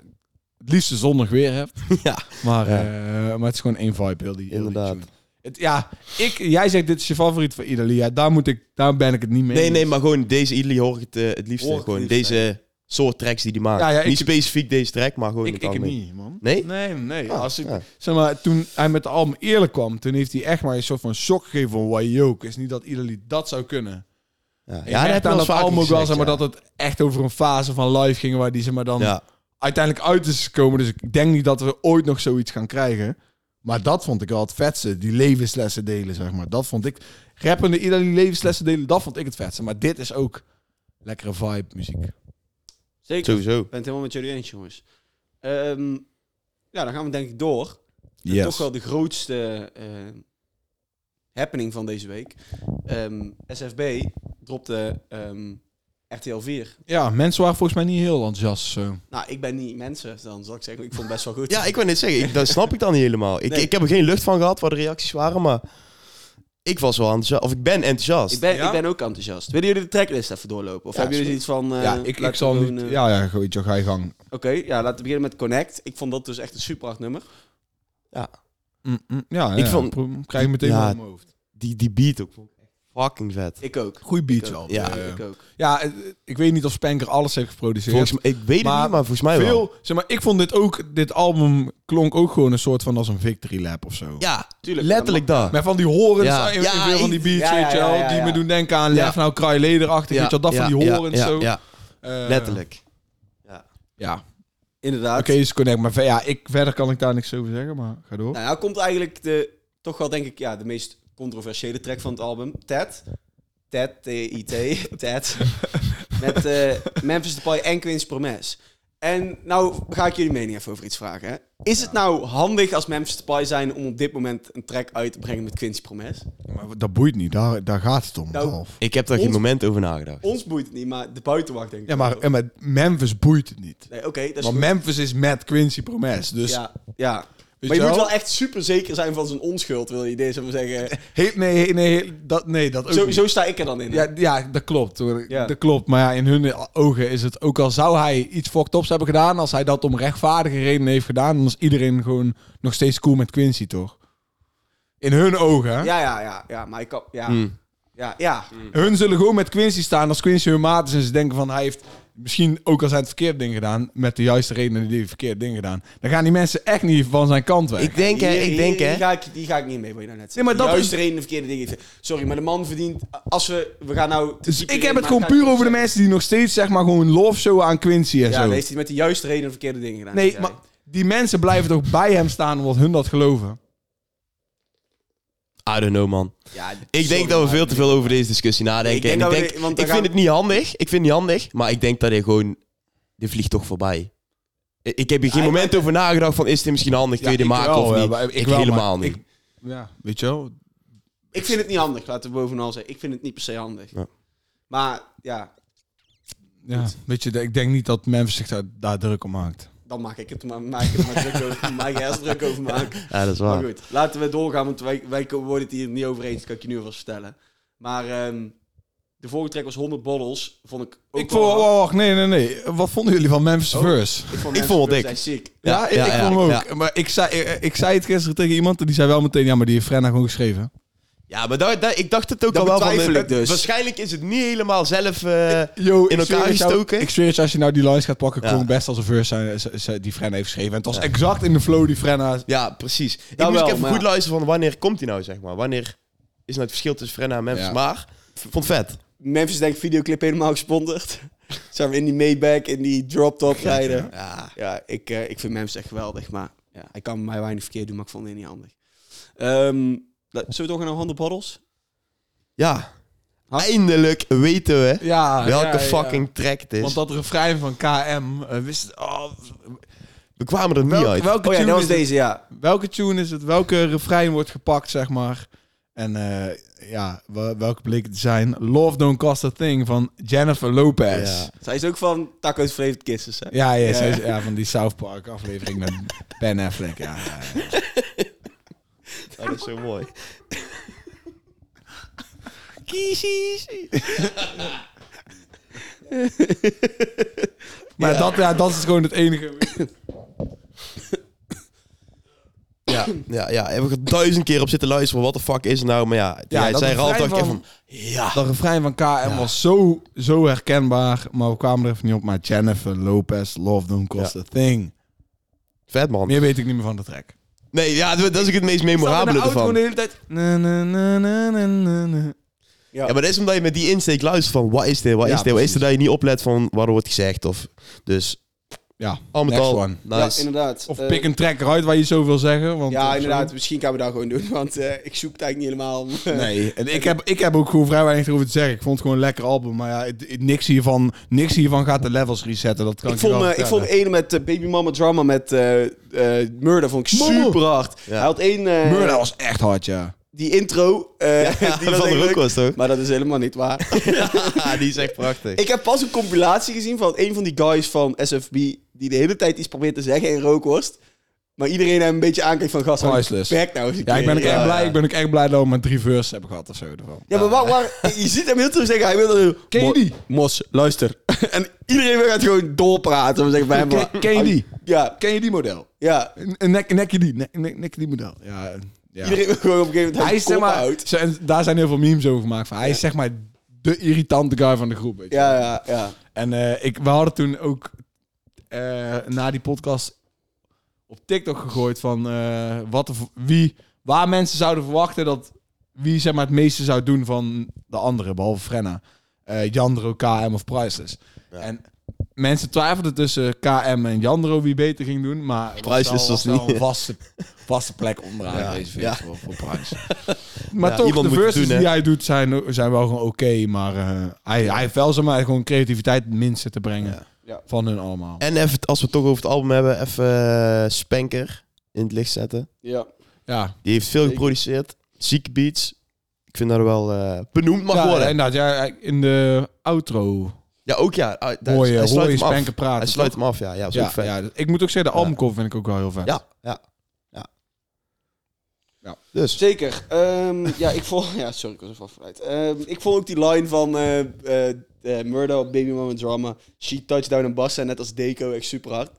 Speaker 1: het liefste zonnig weer hebt.
Speaker 3: Ja.
Speaker 1: Maar,
Speaker 3: Ja.
Speaker 1: eh, maar het is gewoon één vibe. Heel die, heel die
Speaker 3: Inderdaad.
Speaker 1: tune. Het, ja, ik, jij zegt dit is je favoriet van Idali. Ja, daar, moet ik, daar ben ik het niet mee.
Speaker 3: Nee,
Speaker 1: eens.
Speaker 3: nee, maar gewoon deze Idli hoor ik het, eh, het liefste.
Speaker 2: Hoor ik het
Speaker 3: gewoon
Speaker 2: liefst,
Speaker 3: deze soort tracks die die maakt.
Speaker 1: Ja, ja, ik-
Speaker 3: niet specifiek deze track, maar gewoon
Speaker 1: Ik,
Speaker 3: het
Speaker 1: ik
Speaker 3: algemeen.
Speaker 1: niet, man.
Speaker 3: Nee?
Speaker 1: Nee, nee.
Speaker 3: Ah,
Speaker 1: Als ik,
Speaker 3: ja.
Speaker 1: Zeg maar, toen hij met de album Eerlijk kwam, toen heeft hij echt maar een soort van shock gegeven van... Wow, yo, ik is niet dat ieder lied dat zou kunnen.
Speaker 3: Ja,
Speaker 1: Ja, ja
Speaker 3: heb
Speaker 1: echt
Speaker 3: je
Speaker 1: aan
Speaker 3: wel
Speaker 1: dat
Speaker 3: eens vaker
Speaker 1: album ook wel, zeg
Speaker 3: gezegd,
Speaker 1: maar,
Speaker 3: ja.
Speaker 1: dat het echt over een fase van live ging... waar die zeg maar, dan
Speaker 3: Ja.
Speaker 1: uiteindelijk uit is gekomen. Dus ik denk niet dat we ooit nog zoiets gaan krijgen. Maar dat vond ik wel het vetste. Die levenslessen delen, zeg maar. Dat vond ik... Rappende ieder die levenslessen delen, dat vond ik het vetste. Maar dit is ook lekkere vibe muziek.
Speaker 2: Zeker.
Speaker 3: Sowieso.
Speaker 2: Ik ben het helemaal met jullie eens, jongens. Ehm, ja, dan gaan we denk ik door. Dat is Toch wel de grootste eh, happening van deze week. Ehm, SFB dropte ehm, RTL 4.
Speaker 1: Ja, mensen waren volgens mij niet heel enthousiast. zo.
Speaker 2: Nou, ik ben niet mensen, dan zal ik zeggen. Ik vond het best wel goed.
Speaker 3: Ja, ik wou net zeggen, ik, dat snap ik dan niet helemaal. Ik,
Speaker 2: Nee.
Speaker 3: ik heb er geen lucht van gehad waar de reacties waren, maar ik was wel enthousiast. Of ik ben enthousiast.
Speaker 2: ik, ben,
Speaker 1: Ja?
Speaker 2: ik ben ook enthousiast. Willen jullie de tracklist even doorlopen? Of
Speaker 3: Ja,
Speaker 2: hebben
Speaker 3: is
Speaker 2: jullie iets van... eh,
Speaker 1: ja, ik, ik
Speaker 2: laten
Speaker 1: zal
Speaker 2: we
Speaker 1: niet...
Speaker 2: gewoon, eh,
Speaker 1: Ja, ja, weet je, ga je gang.
Speaker 2: Oké, ja, laten we beginnen met Connect. Ik vond dat dus echt een super hard nummer.
Speaker 1: Mm, mm, ja,
Speaker 3: Ik
Speaker 1: ja,
Speaker 3: vond-
Speaker 1: pro- krijg je meteen
Speaker 3: Ja.
Speaker 1: wel in mijn hoofd.
Speaker 3: Die, die beat ook. vond ik echt fucking vet.
Speaker 2: Ik ook.
Speaker 1: Goeie beats
Speaker 2: Ik
Speaker 1: wel.
Speaker 3: Ja.
Speaker 1: Eh,
Speaker 2: Ik ook.
Speaker 1: ja, eh, ik weet niet of Spanker alles heeft geproduceerd.
Speaker 3: Volgens mij, ik weet
Speaker 1: Maar
Speaker 3: het niet, maar volgens mij wel.
Speaker 1: Veel, zeg maar, ik vond dit ook, dit album klonk ook gewoon een soort van als een victory lap of zo.
Speaker 3: Ja,
Speaker 2: Tuurlijk,
Speaker 3: letterlijk dat.
Speaker 1: Met van die horens
Speaker 3: Ja.
Speaker 1: in, in
Speaker 3: Ja,
Speaker 1: veel van die
Speaker 3: ik-
Speaker 1: beats,
Speaker 2: ja,
Speaker 1: weet je wel,
Speaker 2: ja, ja,
Speaker 1: die
Speaker 2: ja.
Speaker 1: me doen denken aan
Speaker 3: Ja.
Speaker 1: Lef Nou Cry Lederachtig, weet je wel, dat van die
Speaker 3: ja,
Speaker 1: horens
Speaker 3: ja,
Speaker 1: zo.
Speaker 3: Ja,
Speaker 1: Eh,
Speaker 3: letterlijk.
Speaker 1: Ja,
Speaker 2: Inderdaad.
Speaker 1: oké, is connect. Maar ver- ja, ik, verder kan ik daar niks over zeggen, maar ga door.
Speaker 2: Nou, nou komt eigenlijk de, toch wel denk ik, ja, de meest controversiële track van het album. Ted. Ted, T-I-T, Ted. Met eh, Memphis Depay en Quincy Promes. En nou ga ik jullie mening even over iets vragen. Hè. Is het nou handig als Memphis Depay zijn om op dit moment een track uit te brengen met Quincy Promes?
Speaker 1: Maar dat boeit niet, daar, daar gaat het om.
Speaker 2: Nou,
Speaker 1: Ralf.
Speaker 3: Ik heb daar geen
Speaker 2: Ons-
Speaker 3: moment over nagedacht.
Speaker 2: Ons boeit het niet, maar de buitenwacht denk ik.
Speaker 1: Ja,
Speaker 2: wel.
Speaker 1: maar, en met Memphis boeit het niet.
Speaker 2: Nee, oké, dat is
Speaker 1: Want
Speaker 2: goed.
Speaker 1: Memphis is met Quincy Promes, dus
Speaker 2: Ja, ja.
Speaker 1: Weet
Speaker 2: Maar je
Speaker 1: je
Speaker 2: moet
Speaker 1: wel?
Speaker 2: wel echt super zeker zijn van zijn onschuld, wil je deze maar zeggen.
Speaker 1: He- nee, he- nee, he- dat, nee, dat ook
Speaker 2: Zo,
Speaker 1: niet.
Speaker 2: zo sta ik er dan in. hè.
Speaker 1: Ja, ja, dat klopt. hoor.
Speaker 2: Ja.
Speaker 1: Dat klopt. Maar ja, in hun ogen is het, ook al zou hij iets fucked ups hebben gedaan, als hij dat om rechtvaardige redenen heeft gedaan, dan is iedereen gewoon nog steeds cool met Quincy, toch? In hun ogen. hè?
Speaker 2: Ja, ja, ja, ja, maar ik kan. Ja,
Speaker 3: Hmm.
Speaker 2: ja, ja.
Speaker 1: Hun zullen gewoon met Quincy staan als Quincy hun maat is en ze denken van hij heeft misschien ook als hij het verkeerde ding gedaan, met de juiste redenen die hij het verkeerde ding gedaan. Dan gaan die mensen echt niet van zijn kant weg.
Speaker 3: Ik denk, hè,
Speaker 2: Hier-
Speaker 3: ik
Speaker 2: hier-
Speaker 3: denk,
Speaker 2: hier
Speaker 3: hè.
Speaker 2: ga ik, die ga ik niet mee, wat je nou net zei.
Speaker 1: Nee, maar dat is-
Speaker 2: Juist de reden de verkeerde dingen. heeft. Sorry, maar de man verdient... Als we... We gaan nou... te
Speaker 1: dus
Speaker 2: diep
Speaker 1: ik
Speaker 2: in,
Speaker 1: heb het
Speaker 2: maar
Speaker 1: gewoon
Speaker 2: ga ik
Speaker 1: puur
Speaker 2: ook
Speaker 1: over de
Speaker 2: zeggen.
Speaker 1: mensen die nog steeds zeg maar gewoon love show aan Quincy en
Speaker 2: Ja,
Speaker 1: zo.
Speaker 2: dan heeft hij met de juiste reden de verkeerde dingen gedaan.
Speaker 1: Nee,
Speaker 2: zei
Speaker 1: maar
Speaker 2: hij.
Speaker 1: die mensen blijven toch bij hem staan omdat hun dat geloven.
Speaker 3: I don't know, man.
Speaker 2: Ja,
Speaker 3: Ik
Speaker 2: sorry,
Speaker 3: denk dat we
Speaker 2: maar-
Speaker 3: veel te veel over deze discussie nadenken.
Speaker 2: Ik denk
Speaker 3: en
Speaker 2: dat
Speaker 3: ik
Speaker 2: we-
Speaker 3: denk,
Speaker 2: want
Speaker 3: ik
Speaker 2: dan
Speaker 3: vind
Speaker 2: gaan-
Speaker 3: het niet handig. Ik vind het niet handig. Maar ik denk dat hij gewoon... Dit vliegt toch voorbij. Ik ik heb hier geen
Speaker 2: Ja,
Speaker 3: moment over nagedacht van... Is dit misschien handig? Kun je dit
Speaker 1: ik
Speaker 3: maken
Speaker 1: wel,
Speaker 3: of
Speaker 1: ja,
Speaker 3: niet?
Speaker 1: maar
Speaker 3: ik
Speaker 1: ik wel, maar
Speaker 3: helemaal
Speaker 1: ik-
Speaker 3: niet.
Speaker 1: Ja, weet je wel?
Speaker 2: Ik vind het niet handig, laten we bovenal zeggen. Ik vind het niet per se handig.
Speaker 3: Ja.
Speaker 2: Maar ja,
Speaker 1: Ja, weet je, ik denk niet dat Memphis zich daar, daar druk om maakt.
Speaker 2: dan maak ik het maar, maak ik er maar druk over. Maak je druk over maken.
Speaker 3: Ja, dat is
Speaker 2: Maar
Speaker 3: waar.
Speaker 2: goed, laten we doorgaan, want wij, wij worden het hier niet over eens, kan ik je nu alvast vertellen. Maar ehm, de vorige track was 100 bottles, vond ik ook
Speaker 1: ik
Speaker 2: wel
Speaker 1: vond,
Speaker 2: hard.
Speaker 1: oh, wacht, nee, nee, nee. Wat vonden jullie van Memphis'
Speaker 2: Oh.
Speaker 1: verse?
Speaker 2: Ik vond,
Speaker 3: Ik
Speaker 2: mensen
Speaker 3: vond het
Speaker 2: best
Speaker 3: dik.
Speaker 2: echt ziek.
Speaker 1: Ja, ik, ik vond hem
Speaker 3: ja.
Speaker 1: ook. Maar ik zei, ik, ik zei het gisteren tegen iemand en die zei wel meteen, ja, maar die heeft Frenna gewoon geschreven.
Speaker 3: Ja, maar daar, daar- ik dacht het ook
Speaker 2: Dat
Speaker 3: al wel van...
Speaker 2: betwijfel ik dus.
Speaker 3: Waarschijnlijk is het niet helemaal zelf... eh,
Speaker 1: Yo,
Speaker 3: In elkaar gestoken?
Speaker 1: Ik zweer het je, als je nou die lines gaat pakken,
Speaker 3: Ja.
Speaker 1: klonk best als een verse zijn- z- z- die Frenna heeft geschreven. En het was exact in de flow die Frenna...
Speaker 3: Ja, precies. Ik
Speaker 2: Nou
Speaker 3: moest
Speaker 2: wel,
Speaker 3: even
Speaker 2: maar-
Speaker 3: goed luisteren van wanneer komt hij nou, zeg maar. Wanneer is nou het verschil tussen Frenna en Memphis.
Speaker 1: Ja.
Speaker 3: Maar, vond het vet.
Speaker 2: Memphis denk ik videoclip helemaal gesponsord. Zijn we in die Maybach, in die drop-top rijden.
Speaker 3: Ja.
Speaker 2: Ja, ik, eh, ik vind Memphis echt geweldig, maar ja, hij kan mij weinig verkeerd doen, maar ik vond het niet handig. Ehm, la- zullen we toch naar 100 bottles?
Speaker 3: Ja.
Speaker 2: Hard.
Speaker 3: Eindelijk weten we
Speaker 1: Ja,
Speaker 3: welke
Speaker 1: Ah, ja, ja.
Speaker 3: fucking track het is.
Speaker 1: Want dat refrein van KM, eh, wist... Oh,
Speaker 3: we kwamen er niet
Speaker 1: welke-
Speaker 3: uit.
Speaker 1: welke
Speaker 2: Oh ja,
Speaker 1: tune
Speaker 2: dat
Speaker 1: is
Speaker 2: was
Speaker 1: het?
Speaker 2: deze, ja.
Speaker 1: welke tune is het, welke refrein wordt gepakt, zeg maar. En eh, ja, wel- welke bleek het te zijn? Love Don't Cost a Thing van Jennifer Lopez.
Speaker 3: Ja.
Speaker 1: Ja,
Speaker 2: Zij is ook van Taco's Flavored Kisses, dus, hè?
Speaker 1: ja, ja, zij is- ja, van die South Park aflevering met Ben Affleck. Ja, ja, ja.
Speaker 3: Oh, dat is zo mooi.
Speaker 1: Maar Dat, ja, dat is gewoon het enige.
Speaker 3: Ja, ja, ja. Hebben we er duizend keer op zitten luisteren. Wat de fuck is het nou? Maar ja,
Speaker 1: Ja,
Speaker 3: ja jij
Speaker 1: dat
Speaker 3: zei Ralf
Speaker 1: refrein
Speaker 3: dacht ik
Speaker 1: van-
Speaker 3: van... Ja.
Speaker 1: Dat refrein van KM was zo, zo herkenbaar, maar we kwamen er even niet op. Maar Jennifer Lopez, Love Don't Cost a Thing.
Speaker 3: Vet man.
Speaker 1: Meer weet ik niet meer van de track.
Speaker 3: Nee, ja, dat is ook het meest memorabele ervan.
Speaker 1: hele tijd... Na, na, na, na, na, na, na.
Speaker 3: Ja, maar dat is omdat je met die insteek luistert van... Wat is dit? Wat
Speaker 1: Ja,
Speaker 3: is dit? Wat
Speaker 1: precies.
Speaker 3: is dit? Dat je niet oplet van wat er wordt gezegd. Of, dus
Speaker 1: Ja,
Speaker 3: al met
Speaker 1: next
Speaker 3: al,
Speaker 1: one.
Speaker 2: Ja,
Speaker 3: nice.
Speaker 2: inderdaad.
Speaker 1: Of
Speaker 2: Eh,
Speaker 1: pik een track eruit waar je zo wil zeggen. Want eh,
Speaker 2: Ja, inderdaad. Misschien gaan we dat gewoon doen, want eh, ik zoek het eigenlijk niet helemaal.
Speaker 1: Nee, en ik heb, ik heb ook gewoon vrij weinig erover te zeggen. Ik vond het gewoon een lekker album. Maar ja, het- het- niks, hiervan, niks hiervan gaat de levels resetten. Dat kan ik,
Speaker 2: Ik vond,
Speaker 1: je wel
Speaker 2: eh ik vond
Speaker 1: vertellen.
Speaker 2: ene met eh, Baby Mama Drama met eh eh, Murder vond ik
Speaker 1: Murder.
Speaker 2: super hard.
Speaker 3: Ja.
Speaker 2: Hij had één eh,
Speaker 1: Murder was echt hard, ja.
Speaker 2: die intro. eh, die was
Speaker 3: van
Speaker 2: echt
Speaker 3: de
Speaker 2: leuk,
Speaker 3: Rokkos, toch?
Speaker 2: Maar dat is helemaal niet waar.
Speaker 3: Ja, Ah, die is echt prachtig.
Speaker 2: ik heb pas een compilatie gezien van een van die guys van SFB die de hele tijd iets probeert te zeggen in rookworst. Maar iedereen hem een beetje aankijkt van gast. hou je
Speaker 1: Priceless.
Speaker 2: bek nou eens een
Speaker 1: Ja, ik ben ook
Speaker 2: keer.
Speaker 1: echt
Speaker 3: ja.
Speaker 1: blij. Ik ben ook echt blij dat we maar drie verses hebben gehad of zo. Ervan.
Speaker 2: Ja, maar waar, waar- je ziet hem heel terug zeggen, hij wil dat...
Speaker 1: Ken je
Speaker 2: Mo-
Speaker 1: die?
Speaker 2: Mos, luister. en iedereen weer gaat gewoon doorpraten. We zeggen bij hem...
Speaker 1: Ken- Ken je die?
Speaker 2: Ja,
Speaker 1: Ken je die model?
Speaker 2: ja.
Speaker 1: Nek, nek je die? Nek, nek, nek je die model? Ja, Ja.
Speaker 2: Iedereen wil gewoon op een gegeven moment
Speaker 1: hij
Speaker 2: hij
Speaker 1: is zeg maar,
Speaker 2: uit.
Speaker 1: zo- en daar zijn heel veel memes over gemaakt. Van. Hij is zeg maar de irritante guy van de groep. Weet je.
Speaker 2: Ja, ja, ja.
Speaker 1: En eh, ik, we hadden toen ook eh, na die podcast op TikTok gegooid van eh, wat de v- wie, waar mensen zouden verwachten dat wie zeg maar, het meeste zou doen van de anderen, behalve Frenna. Eh, Jandro, KM of Priceless.
Speaker 3: Ja.
Speaker 1: En mensen twijfelden tussen KM en Jandro wie beter ging doen, maar het was
Speaker 3: Priceless
Speaker 1: wel-
Speaker 3: was
Speaker 1: wel
Speaker 3: niet.
Speaker 1: een vaste, vaste plek onderaan
Speaker 3: Ja.
Speaker 1: deze
Speaker 3: Ja.
Speaker 1: ja. voor, voor Price. maar
Speaker 3: Ja,
Speaker 1: toch,
Speaker 3: iemand
Speaker 1: de
Speaker 3: moet het
Speaker 1: verses
Speaker 3: doen, hè?
Speaker 1: die hij doet zijn, zijn wel gewoon oké, maar eh, hij, hij heeft wel zeg maar, gewoon creativiteit het minste te brengen
Speaker 3: Ja.
Speaker 2: Ja.
Speaker 1: van hun allemaal.
Speaker 3: En even, als we het toch over het album hebben, even eh, Spanker in het licht zetten.
Speaker 2: ja.
Speaker 1: Ja,
Speaker 3: Die heeft veel
Speaker 2: Zeker.
Speaker 3: geproduceerd. Zieke beats. Ik vind dat er wel eh, benoemd mag
Speaker 1: ja,
Speaker 3: worden.
Speaker 1: inderdaad. Ja, in de outro
Speaker 3: Ja, ook ja. Ah, daar-
Speaker 1: hoor je,
Speaker 3: hij
Speaker 1: hoor
Speaker 3: sluit
Speaker 1: je
Speaker 3: hem af.
Speaker 1: Spanker praten.
Speaker 3: Hij sluit hem af, ja. Ja, was ook
Speaker 1: ja,
Speaker 3: vet.
Speaker 1: ja, dus ik moet ook zeggen, de albumcover vind ik ook wel heel vet.
Speaker 3: Ja, ja, ja.
Speaker 1: Ja.
Speaker 3: Dus.
Speaker 2: Zeker. Ehm, ja, ik vond... Ja, sorry, ik was even afgeleid. Ehm, ik vond ook die line van eh eh, eh, Murder op Baby Mama Drama. She touchdown en Bassa, net als Deco, echt super hard.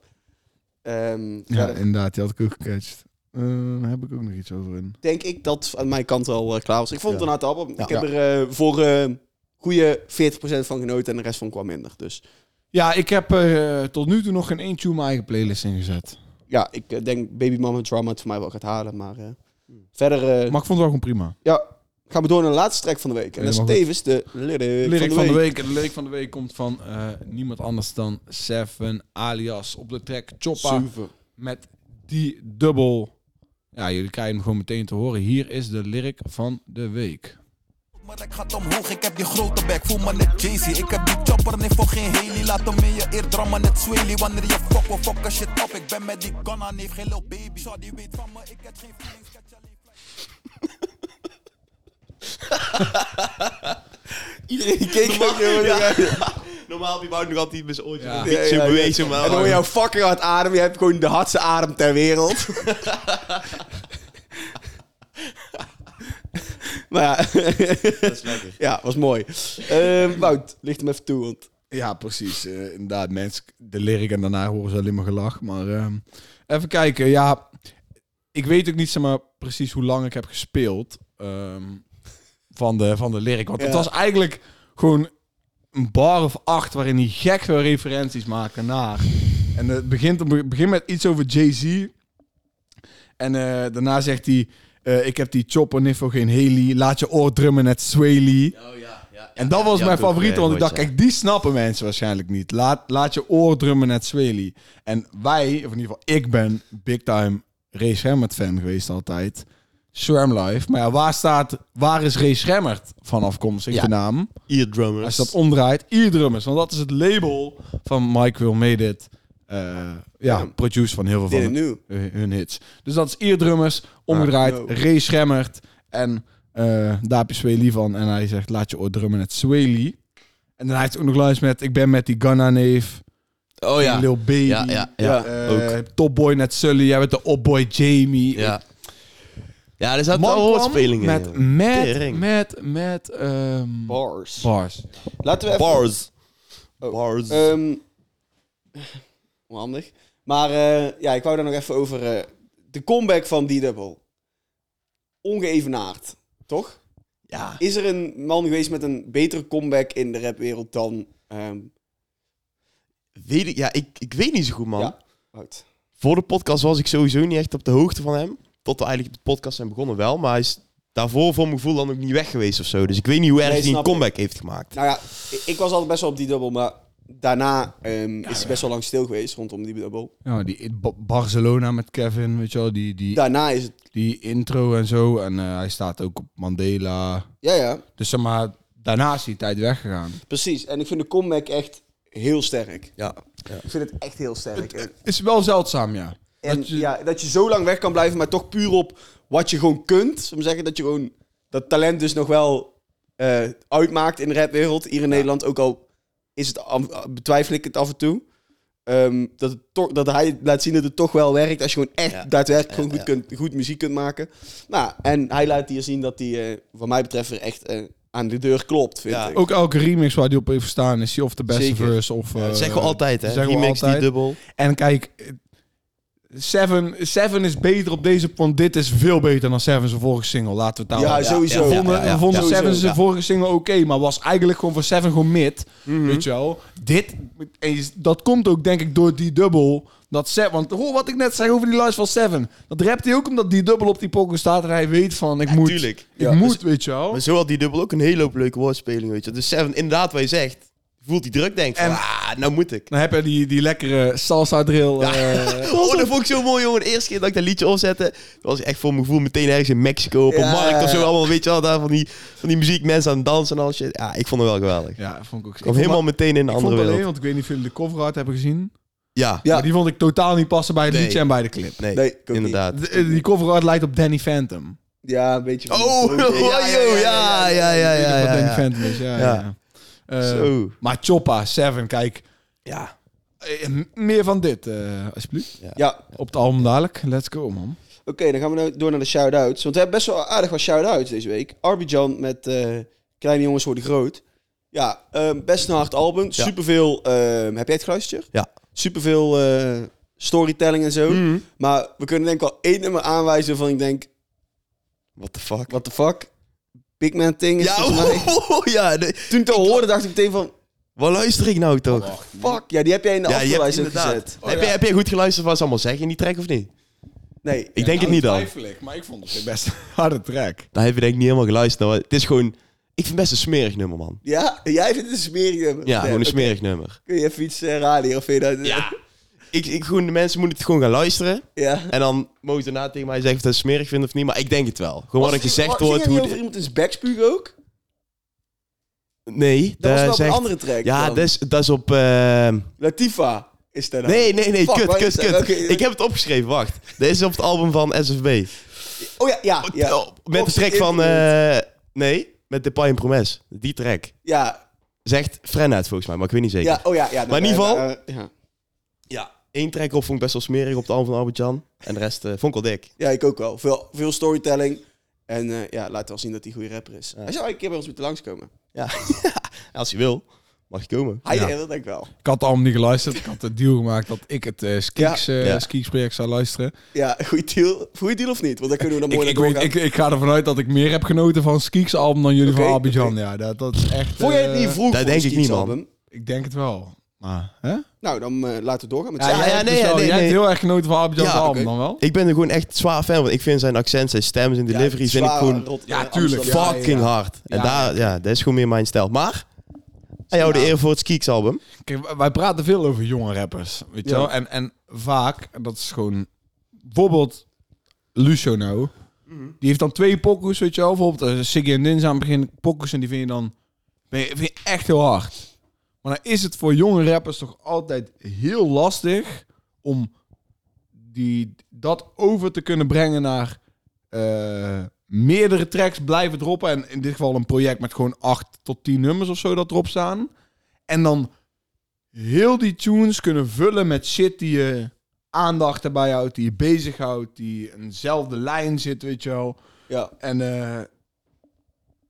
Speaker 2: Ehm,
Speaker 1: Ja,
Speaker 2: verder
Speaker 1: inderdaad. Die had ik ook gecatcht. Eh, daar heb ik ook nog iets over in.
Speaker 2: denk ik dat aan mijn kant al eh, klaar was. Ik vond het
Speaker 3: Ja.
Speaker 2: een hard album.
Speaker 3: Ja.
Speaker 2: Ik heb er eh, voor eh goede 40% van genoten en de rest van kwam minder. Dus
Speaker 1: Ja, ik heb eh, tot nu toe nog geen één tune mijn eigen playlist ingezet.
Speaker 2: ja, ik eh, denk Baby Mama Drama het voor mij wel gaat halen. Maar eh, verder... eh,
Speaker 1: Maar ik vond het wel gewoon prima.
Speaker 2: ja, gaan we door naar de laatste track van de week. En dat is
Speaker 1: Helemaal
Speaker 2: tevens de lyric,
Speaker 1: Lyric
Speaker 2: van de week.
Speaker 1: En de lyric van de week komt van eh, niemand anders dan Seven alias op de track Choppa
Speaker 2: Super.
Speaker 1: met die dubbel. Ja, jullie krijgen hem gewoon meteen te horen. Hier is de lyric van de week.
Speaker 4: Maar ik gaat omhoog, ik heb die grote bek, voel me net Jay-Z Ik heb die chopper, nee voor geen heli Laat hem in je eerdrammen net Swaley Wanneer je fuck, we fucken shit op Ik ben met die Ghana, neef geen lil baby Sorry, weet van me, ik heb geen feelings catch alleen
Speaker 2: Iedereen keek ook heel erg uit.
Speaker 3: Normaal heb je Wout nog altijd met zijn oortje
Speaker 1: Ja.
Speaker 3: een
Speaker 2: Ja,
Speaker 3: beetje
Speaker 2: ja, ja.
Speaker 3: bewezen, maar...
Speaker 2: En dan hoor je jou fucking hard ademen. Je hebt gewoon de hardste adem ter wereld. maar ja. ja, was mooi. Ehm, Wout, licht hem even toe. Want...
Speaker 1: Ja, precies. Eh, inderdaad, mensen, de lyric en daarna horen ze alleen maar gelach. Maar ehm, even kijken, ja. Ik weet ook niet zeg maar, precies hoe lang ik heb gespeeld ehm, van, de, van de lyric. Want het
Speaker 2: Ja.
Speaker 1: was eigenlijk gewoon een bar of acht waarin hij gek veel referenties maakte naar. En het begint, het begint met iets over Jay-Z. En eh, daarna zegt hij... eh, ik heb die chopper, niffo, geen heli. Laat je oor drummen, net Swaley.
Speaker 3: Oh ja, ja.
Speaker 1: En dat was
Speaker 3: Ja,
Speaker 1: mijn
Speaker 3: toch,
Speaker 1: favoriete,
Speaker 3: eh,
Speaker 1: want ik dacht,
Speaker 3: nooit, ja.
Speaker 1: kijk, die snappen mensen waarschijnlijk niet. Laat, laat je oor drummen net Swaley. En wij, of in ieder geval ik ben big time Race Remmert fan geweest altijd. Swarm Life. Maar ja, waar staat, waar is Race Remmert van afkomstig,
Speaker 3: Ja.
Speaker 1: de naam?
Speaker 3: Eardrummers.
Speaker 1: Als je dat omdraait, Eardrummers. Want dat is het label van Mike Will Made It. eh, ja,
Speaker 2: Ja.
Speaker 1: produce van heel veel van
Speaker 2: Dit
Speaker 1: de-
Speaker 2: en nu.
Speaker 1: hun hun hits. Dus dat is Eerdrummers, omgedraaid,
Speaker 2: Ah, no.
Speaker 1: Ray Schemmert en eh daar heb je Swaley van. En hij zegt, laat je oor drummen met Swaley. En dan heeft hij ook nog lines met, ik ben met die Ghana neef,
Speaker 3: Oh ja.
Speaker 1: Lil Baby,
Speaker 3: Ja, ja, ja.
Speaker 1: eh,
Speaker 3: ook.
Speaker 1: Topboy net Sully, jij bent de opboy Jamie.
Speaker 3: Ja. Ja, er zaten
Speaker 1: Man
Speaker 3: wel
Speaker 1: kwam
Speaker 3: woordspelingen
Speaker 1: met,
Speaker 3: in.
Speaker 1: met,
Speaker 3: Tering.
Speaker 1: met, met, ehm,
Speaker 2: Bars.
Speaker 1: bars.
Speaker 2: Laten we even...
Speaker 3: Bars.
Speaker 2: Oh.
Speaker 3: Bars.
Speaker 1: Eh.
Speaker 2: Ehm, onhandig. Maar eh, ja, ik wou daar nog even over... eh, de comeback van D-Double. Ongeëvenaard, toch?
Speaker 3: ja.
Speaker 2: Is er een man geweest met een betere comeback in de rapwereld dan... ehm
Speaker 3: Weet ik, ja ik, ik weet niet zo goed, man.
Speaker 2: Ja. Wout?
Speaker 3: Voor de podcast was ik sowieso niet echt op de hoogte van hem. Tot we eigenlijk de podcast zijn begonnen wel. Maar hij is daarvoor voor mijn gevoel dan ook niet weg geweest of zo. Dus ik weet niet hoe erg
Speaker 2: Nee,
Speaker 3: hij een
Speaker 2: snap ik.
Speaker 3: comeback heeft gemaakt.
Speaker 2: Nou ja, ik, ik was altijd best wel op die dubbel, maar daarna ehm, is hij best wel lang stil geweest rondom die dubbel.
Speaker 1: Ja, Nou, die Ba- Barcelona met Kevin, weet je wel, die, die,
Speaker 2: Daarna is het...
Speaker 1: die intro en zo. En eh, hij staat ook op Mandela.
Speaker 2: Ja, ja,
Speaker 1: Dus zeg maar, daarna is die tijd weggegaan.
Speaker 2: precies. En ik vind de comeback echt heel sterk.
Speaker 3: Ja.
Speaker 1: Eh,
Speaker 2: Ik vind het echt heel sterk. En,
Speaker 1: Is wel zeldzaam, ja.
Speaker 2: en
Speaker 1: Dat je-
Speaker 2: ja, dat je zo lang weg kan blijven, maar toch puur op wat je gewoon kunt. Zullen we zeggen dat je gewoon dat talent dus nog wel eh, uitmaakt in de rapwereld. Hier in Nederland, ook al is het, af- betwijfel ik het af en toe. Ehm, dat, het toch- dat hij laat zien dat het toch wel werkt. Als je gewoon echt
Speaker 3: Ja.
Speaker 2: daadwerkelijk gewoon
Speaker 3: Ja,
Speaker 2: goed, Kunt, goed muziek kunt maken. Nou, en hij laat hier zien dat hij, eh, wat mij betreft, weer echt eh, aan de deur klopt. Vind
Speaker 3: Ja.
Speaker 2: ik.
Speaker 1: Ook elke remix waar die op heeft staan is die of de beste
Speaker 3: Zeker.
Speaker 1: verse of... eh,
Speaker 3: dat zeggen we altijd, hè.
Speaker 1: zeggen we
Speaker 3: Remix, die
Speaker 1: altijd.
Speaker 3: dubbel.
Speaker 1: En kijk, eh, Seven, Seven is beter op deze pond. Dit is veel beter dan Seven zijn vorige single. Laten we het daar
Speaker 2: Ja,
Speaker 1: wel-
Speaker 2: sowieso.
Speaker 1: We vonden,
Speaker 3: Ja, ja, ja.
Speaker 1: we vonden
Speaker 2: Sowieso,
Speaker 1: Seven zijn
Speaker 2: ja.
Speaker 1: vorige single oké, maar was eigenlijk gewoon voor Seven gewoon mid.
Speaker 3: Mhm.
Speaker 1: Weet je wel? Dit, en je- dat komt ook denk ik door die dubbel. Dat Seven, want hoor wat ik net zei over die lines van Seven. Dat rapt hij ook omdat die dubbel op die poker staat en hij weet van ik moet.
Speaker 3: tuurlijk.
Speaker 1: Ik
Speaker 2: Ja,
Speaker 3: dus-
Speaker 1: moet, weet je wel.
Speaker 3: Maar zo had die dubbel ook een hele hoop leuke woordspeling, weet je. Dus Seven, inderdaad wat je zegt, voelt die druk, denkt van,
Speaker 1: En-
Speaker 3: ah, nou moet ik.
Speaker 1: Dan heb je die, die lekkere salsa drill. eh,
Speaker 3: Oh, dat vond ik zo mooi, jongen. De eerste keer dat ik dat liedje opzette, dat was echt voor mijn gevoel meteen ergens in Mexico op een
Speaker 2: Ja.
Speaker 3: markt of zo. Allemaal, weet je wel, daar van die, van die muziek, mensen aan het dansen en al shit. Ja, ik vond het wel geweldig. Ik
Speaker 1: ja, vond ik ook. Ik
Speaker 3: kwam
Speaker 1: vond
Speaker 3: helemaal meteen in een
Speaker 1: Ik vond
Speaker 3: andere
Speaker 1: het
Speaker 3: wereld.
Speaker 1: alleen, want ik weet niet of jullie de cover art hebben gezien.
Speaker 3: Ja,
Speaker 2: Ja.
Speaker 1: Maar die vond ik totaal niet passen bij het
Speaker 3: Nee.
Speaker 1: liedje en bij de clip.
Speaker 3: nee,
Speaker 2: Nee, ik ook niet.
Speaker 3: inderdaad.
Speaker 1: De- die cover art lijkt op Danny Phantom.
Speaker 2: Ja, een beetje. van-
Speaker 3: Oh,
Speaker 2: Oké.
Speaker 3: ja, ja, ja, ja,
Speaker 1: Ik weet
Speaker 3: ja,
Speaker 1: niet wat
Speaker 3: ja,
Speaker 1: Danny
Speaker 3: ja.
Speaker 1: Phantom is, ja. ja.
Speaker 3: Ja.
Speaker 1: Eh,
Speaker 3: Zo.
Speaker 1: Maar Choppa, Seven, kijk.
Speaker 3: Ja.
Speaker 1: eh, m- meer van dit, eh, alsjeblieft.
Speaker 2: Ja,
Speaker 1: Op het album dadelijk. Let's go, man.
Speaker 2: Oké, dan gaan we nou door naar de shout-outs. Want we hebben best wel aardig wat shout-outs deze week. Arbidjan met eh, Kleine Jongens Worden Groot. Ja, ehm, best een hard album.
Speaker 3: Ja.
Speaker 2: Superveel... ehm, heb jij het geluisterd? Jur?
Speaker 3: Ja.
Speaker 2: Superveel eh, storytelling en zo.
Speaker 3: Mhm.
Speaker 2: Maar we kunnen denk ik al één nummer aanwijzen van ik denk...
Speaker 3: What the fuck?
Speaker 2: What the fuck? Big Man Thing is
Speaker 3: Ja, oh.
Speaker 2: volgens mij.
Speaker 3: ja. nee.
Speaker 2: Toen ik dat hoorde dacht ik meteen van...
Speaker 3: Wat luister ik nou toch?
Speaker 2: Fuck, ja, die heb jij in de
Speaker 3: ja, je hebt
Speaker 2: afspeellijst ook
Speaker 3: inderdaad. Oh,
Speaker 2: gezet.
Speaker 3: heb, je, heb je goed geluisterd wat ze allemaal zeggen in die track of niet?
Speaker 2: Nee.
Speaker 3: Ik denk het niet dan.
Speaker 1: maar Nou, ik vond het best een harde track.
Speaker 3: Daar heb je denk ik niet helemaal geluisterd. naar wat- het is gewoon... Ik vind het best een smerig nummer, man.
Speaker 2: Ja, jij vindt het een smerig nummer.
Speaker 3: Ja,
Speaker 2: Nee,
Speaker 3: gewoon een
Speaker 2: oké.
Speaker 3: smerig nummer.
Speaker 2: Kun je even iets eh, raden hier? Of vind je dat...
Speaker 3: Ik, ik, gewoon, de mensen moeten het gewoon gaan luisteren.
Speaker 2: ja.
Speaker 3: En dan mogen ze daarna tegen mij zeggen of dat ze het smerig vinden of niet. Maar ik denk het wel. Gewoon wat er
Speaker 2: Was-
Speaker 3: gezegd
Speaker 2: ging
Speaker 3: wordt.
Speaker 2: er niet
Speaker 3: Hoe
Speaker 2: over
Speaker 3: de-
Speaker 2: iemand in zijn bek spugen ook?
Speaker 3: Nee,
Speaker 2: Dat was wel op
Speaker 3: zegt-
Speaker 2: een andere track.
Speaker 3: Ja,
Speaker 2: dan.
Speaker 3: dat is, dat is op... ehm,
Speaker 2: Latifa is nou daarna.
Speaker 3: Nee, nee, nee.
Speaker 2: Fuck,
Speaker 3: kut,
Speaker 2: waar
Speaker 3: kut,
Speaker 2: is dat?
Speaker 3: kut.
Speaker 2: Oké.
Speaker 3: Ik heb het opgeschreven, wacht. Dit is op het album van SFB.
Speaker 2: Oh ja, ja. ja.
Speaker 3: Oh, Met de track van... eh, nee, met Depay en Promes. Die track.
Speaker 2: ja,
Speaker 3: Zegt Frenhead volgens mij, maar ik weet niet zeker.
Speaker 2: ja, oh ja, ja. nou,
Speaker 3: Maar in ieder
Speaker 2: eh,
Speaker 3: geval-
Speaker 2: eh, ja.
Speaker 3: Eén track op vond ik best wel smerig op het album van Albert Jan. En de rest eh, vond ik wel dik.
Speaker 2: ja, ik ook wel. Veel, veel storytelling. En eh, ja, laat wel zien dat hij een goede rapper is. Hij zou een keer bij ons moeten langskomen.
Speaker 3: Ja. Als je wil, mag je komen.
Speaker 2: Hij eh,
Speaker 1: Ja.
Speaker 2: dat denk ik wel.
Speaker 1: Ik had het album niet geluisterd. Ik had het deal gemaakt dat ik het eh Skeeks,
Speaker 2: Ja.
Speaker 1: eh,
Speaker 3: Ja.
Speaker 1: Skeeks project zou luisteren.
Speaker 2: Ja, goede deal. Goede deal of niet? Want dan kunnen we dan
Speaker 1: Ik,
Speaker 2: mooi
Speaker 1: ik,
Speaker 2: naar
Speaker 1: weet- ik,
Speaker 2: doorgaan.
Speaker 1: ik ga ervan uit dat ik meer heb genoten van Skeeks album dan jullie van
Speaker 2: Oké,
Speaker 1: Abidjan.
Speaker 2: oké.
Speaker 1: Ja, dat, dat is echt...
Speaker 2: Vond jij het
Speaker 1: eh,
Speaker 2: niet vroeg
Speaker 3: dat
Speaker 2: voor
Speaker 3: denk
Speaker 2: een
Speaker 3: ik niet,
Speaker 2: Skeets
Speaker 3: man.
Speaker 2: album?
Speaker 1: Ik denk het wel. Maar, hè?
Speaker 2: Nou, dan eh, laten we doorgaan met
Speaker 1: Ja,
Speaker 2: zijn-
Speaker 1: ja, ja, nee,
Speaker 3: ja, nee,
Speaker 1: Jij
Speaker 3: nee.
Speaker 1: hebt heel erg genoten van Abidjan
Speaker 3: Ja,
Speaker 1: album
Speaker 2: oké.
Speaker 1: dan wel?
Speaker 3: Ik ben er gewoon echt zwaar fan van. Ik vind zijn accent, zijn stem, zijn
Speaker 2: Ja,
Speaker 3: delivery vind ik
Speaker 2: zware
Speaker 3: gewoon
Speaker 2: rot, eh,
Speaker 1: Ja, tuurlijk.
Speaker 2: Amsterdam.
Speaker 1: Ja,
Speaker 3: fucking hard. En
Speaker 1: Ja.
Speaker 3: daar, ja, dat is gewoon meer mijn stijl. Maar, hij houdt de eer voor het Skeeks album.
Speaker 1: Kijk, wij praten veel over jonge rappers, weet je
Speaker 2: Ja.
Speaker 1: wel? En, en vaak, en dat is gewoon... Bijvoorbeeld Lucio nou. Die heeft dan twee pokkers, weet je wel? Bijvoorbeeld eh, Siggy en Ninja aan het begin pokkers en die vind je dan ben je, vind je echt heel hard. Maar dan is het voor jonge rappers toch altijd heel lastig om die, dat over te kunnen brengen naar eh, meerdere tracks blijven droppen. En in dit geval een project met gewoon acht tot tien nummers of zo dat erop staan. En dan heel die tunes kunnen vullen met shit die je aandacht erbij houdt, die je bezighoudt, die in dezelfde lijn zit, weet je wel.
Speaker 2: Ja.
Speaker 1: En eh,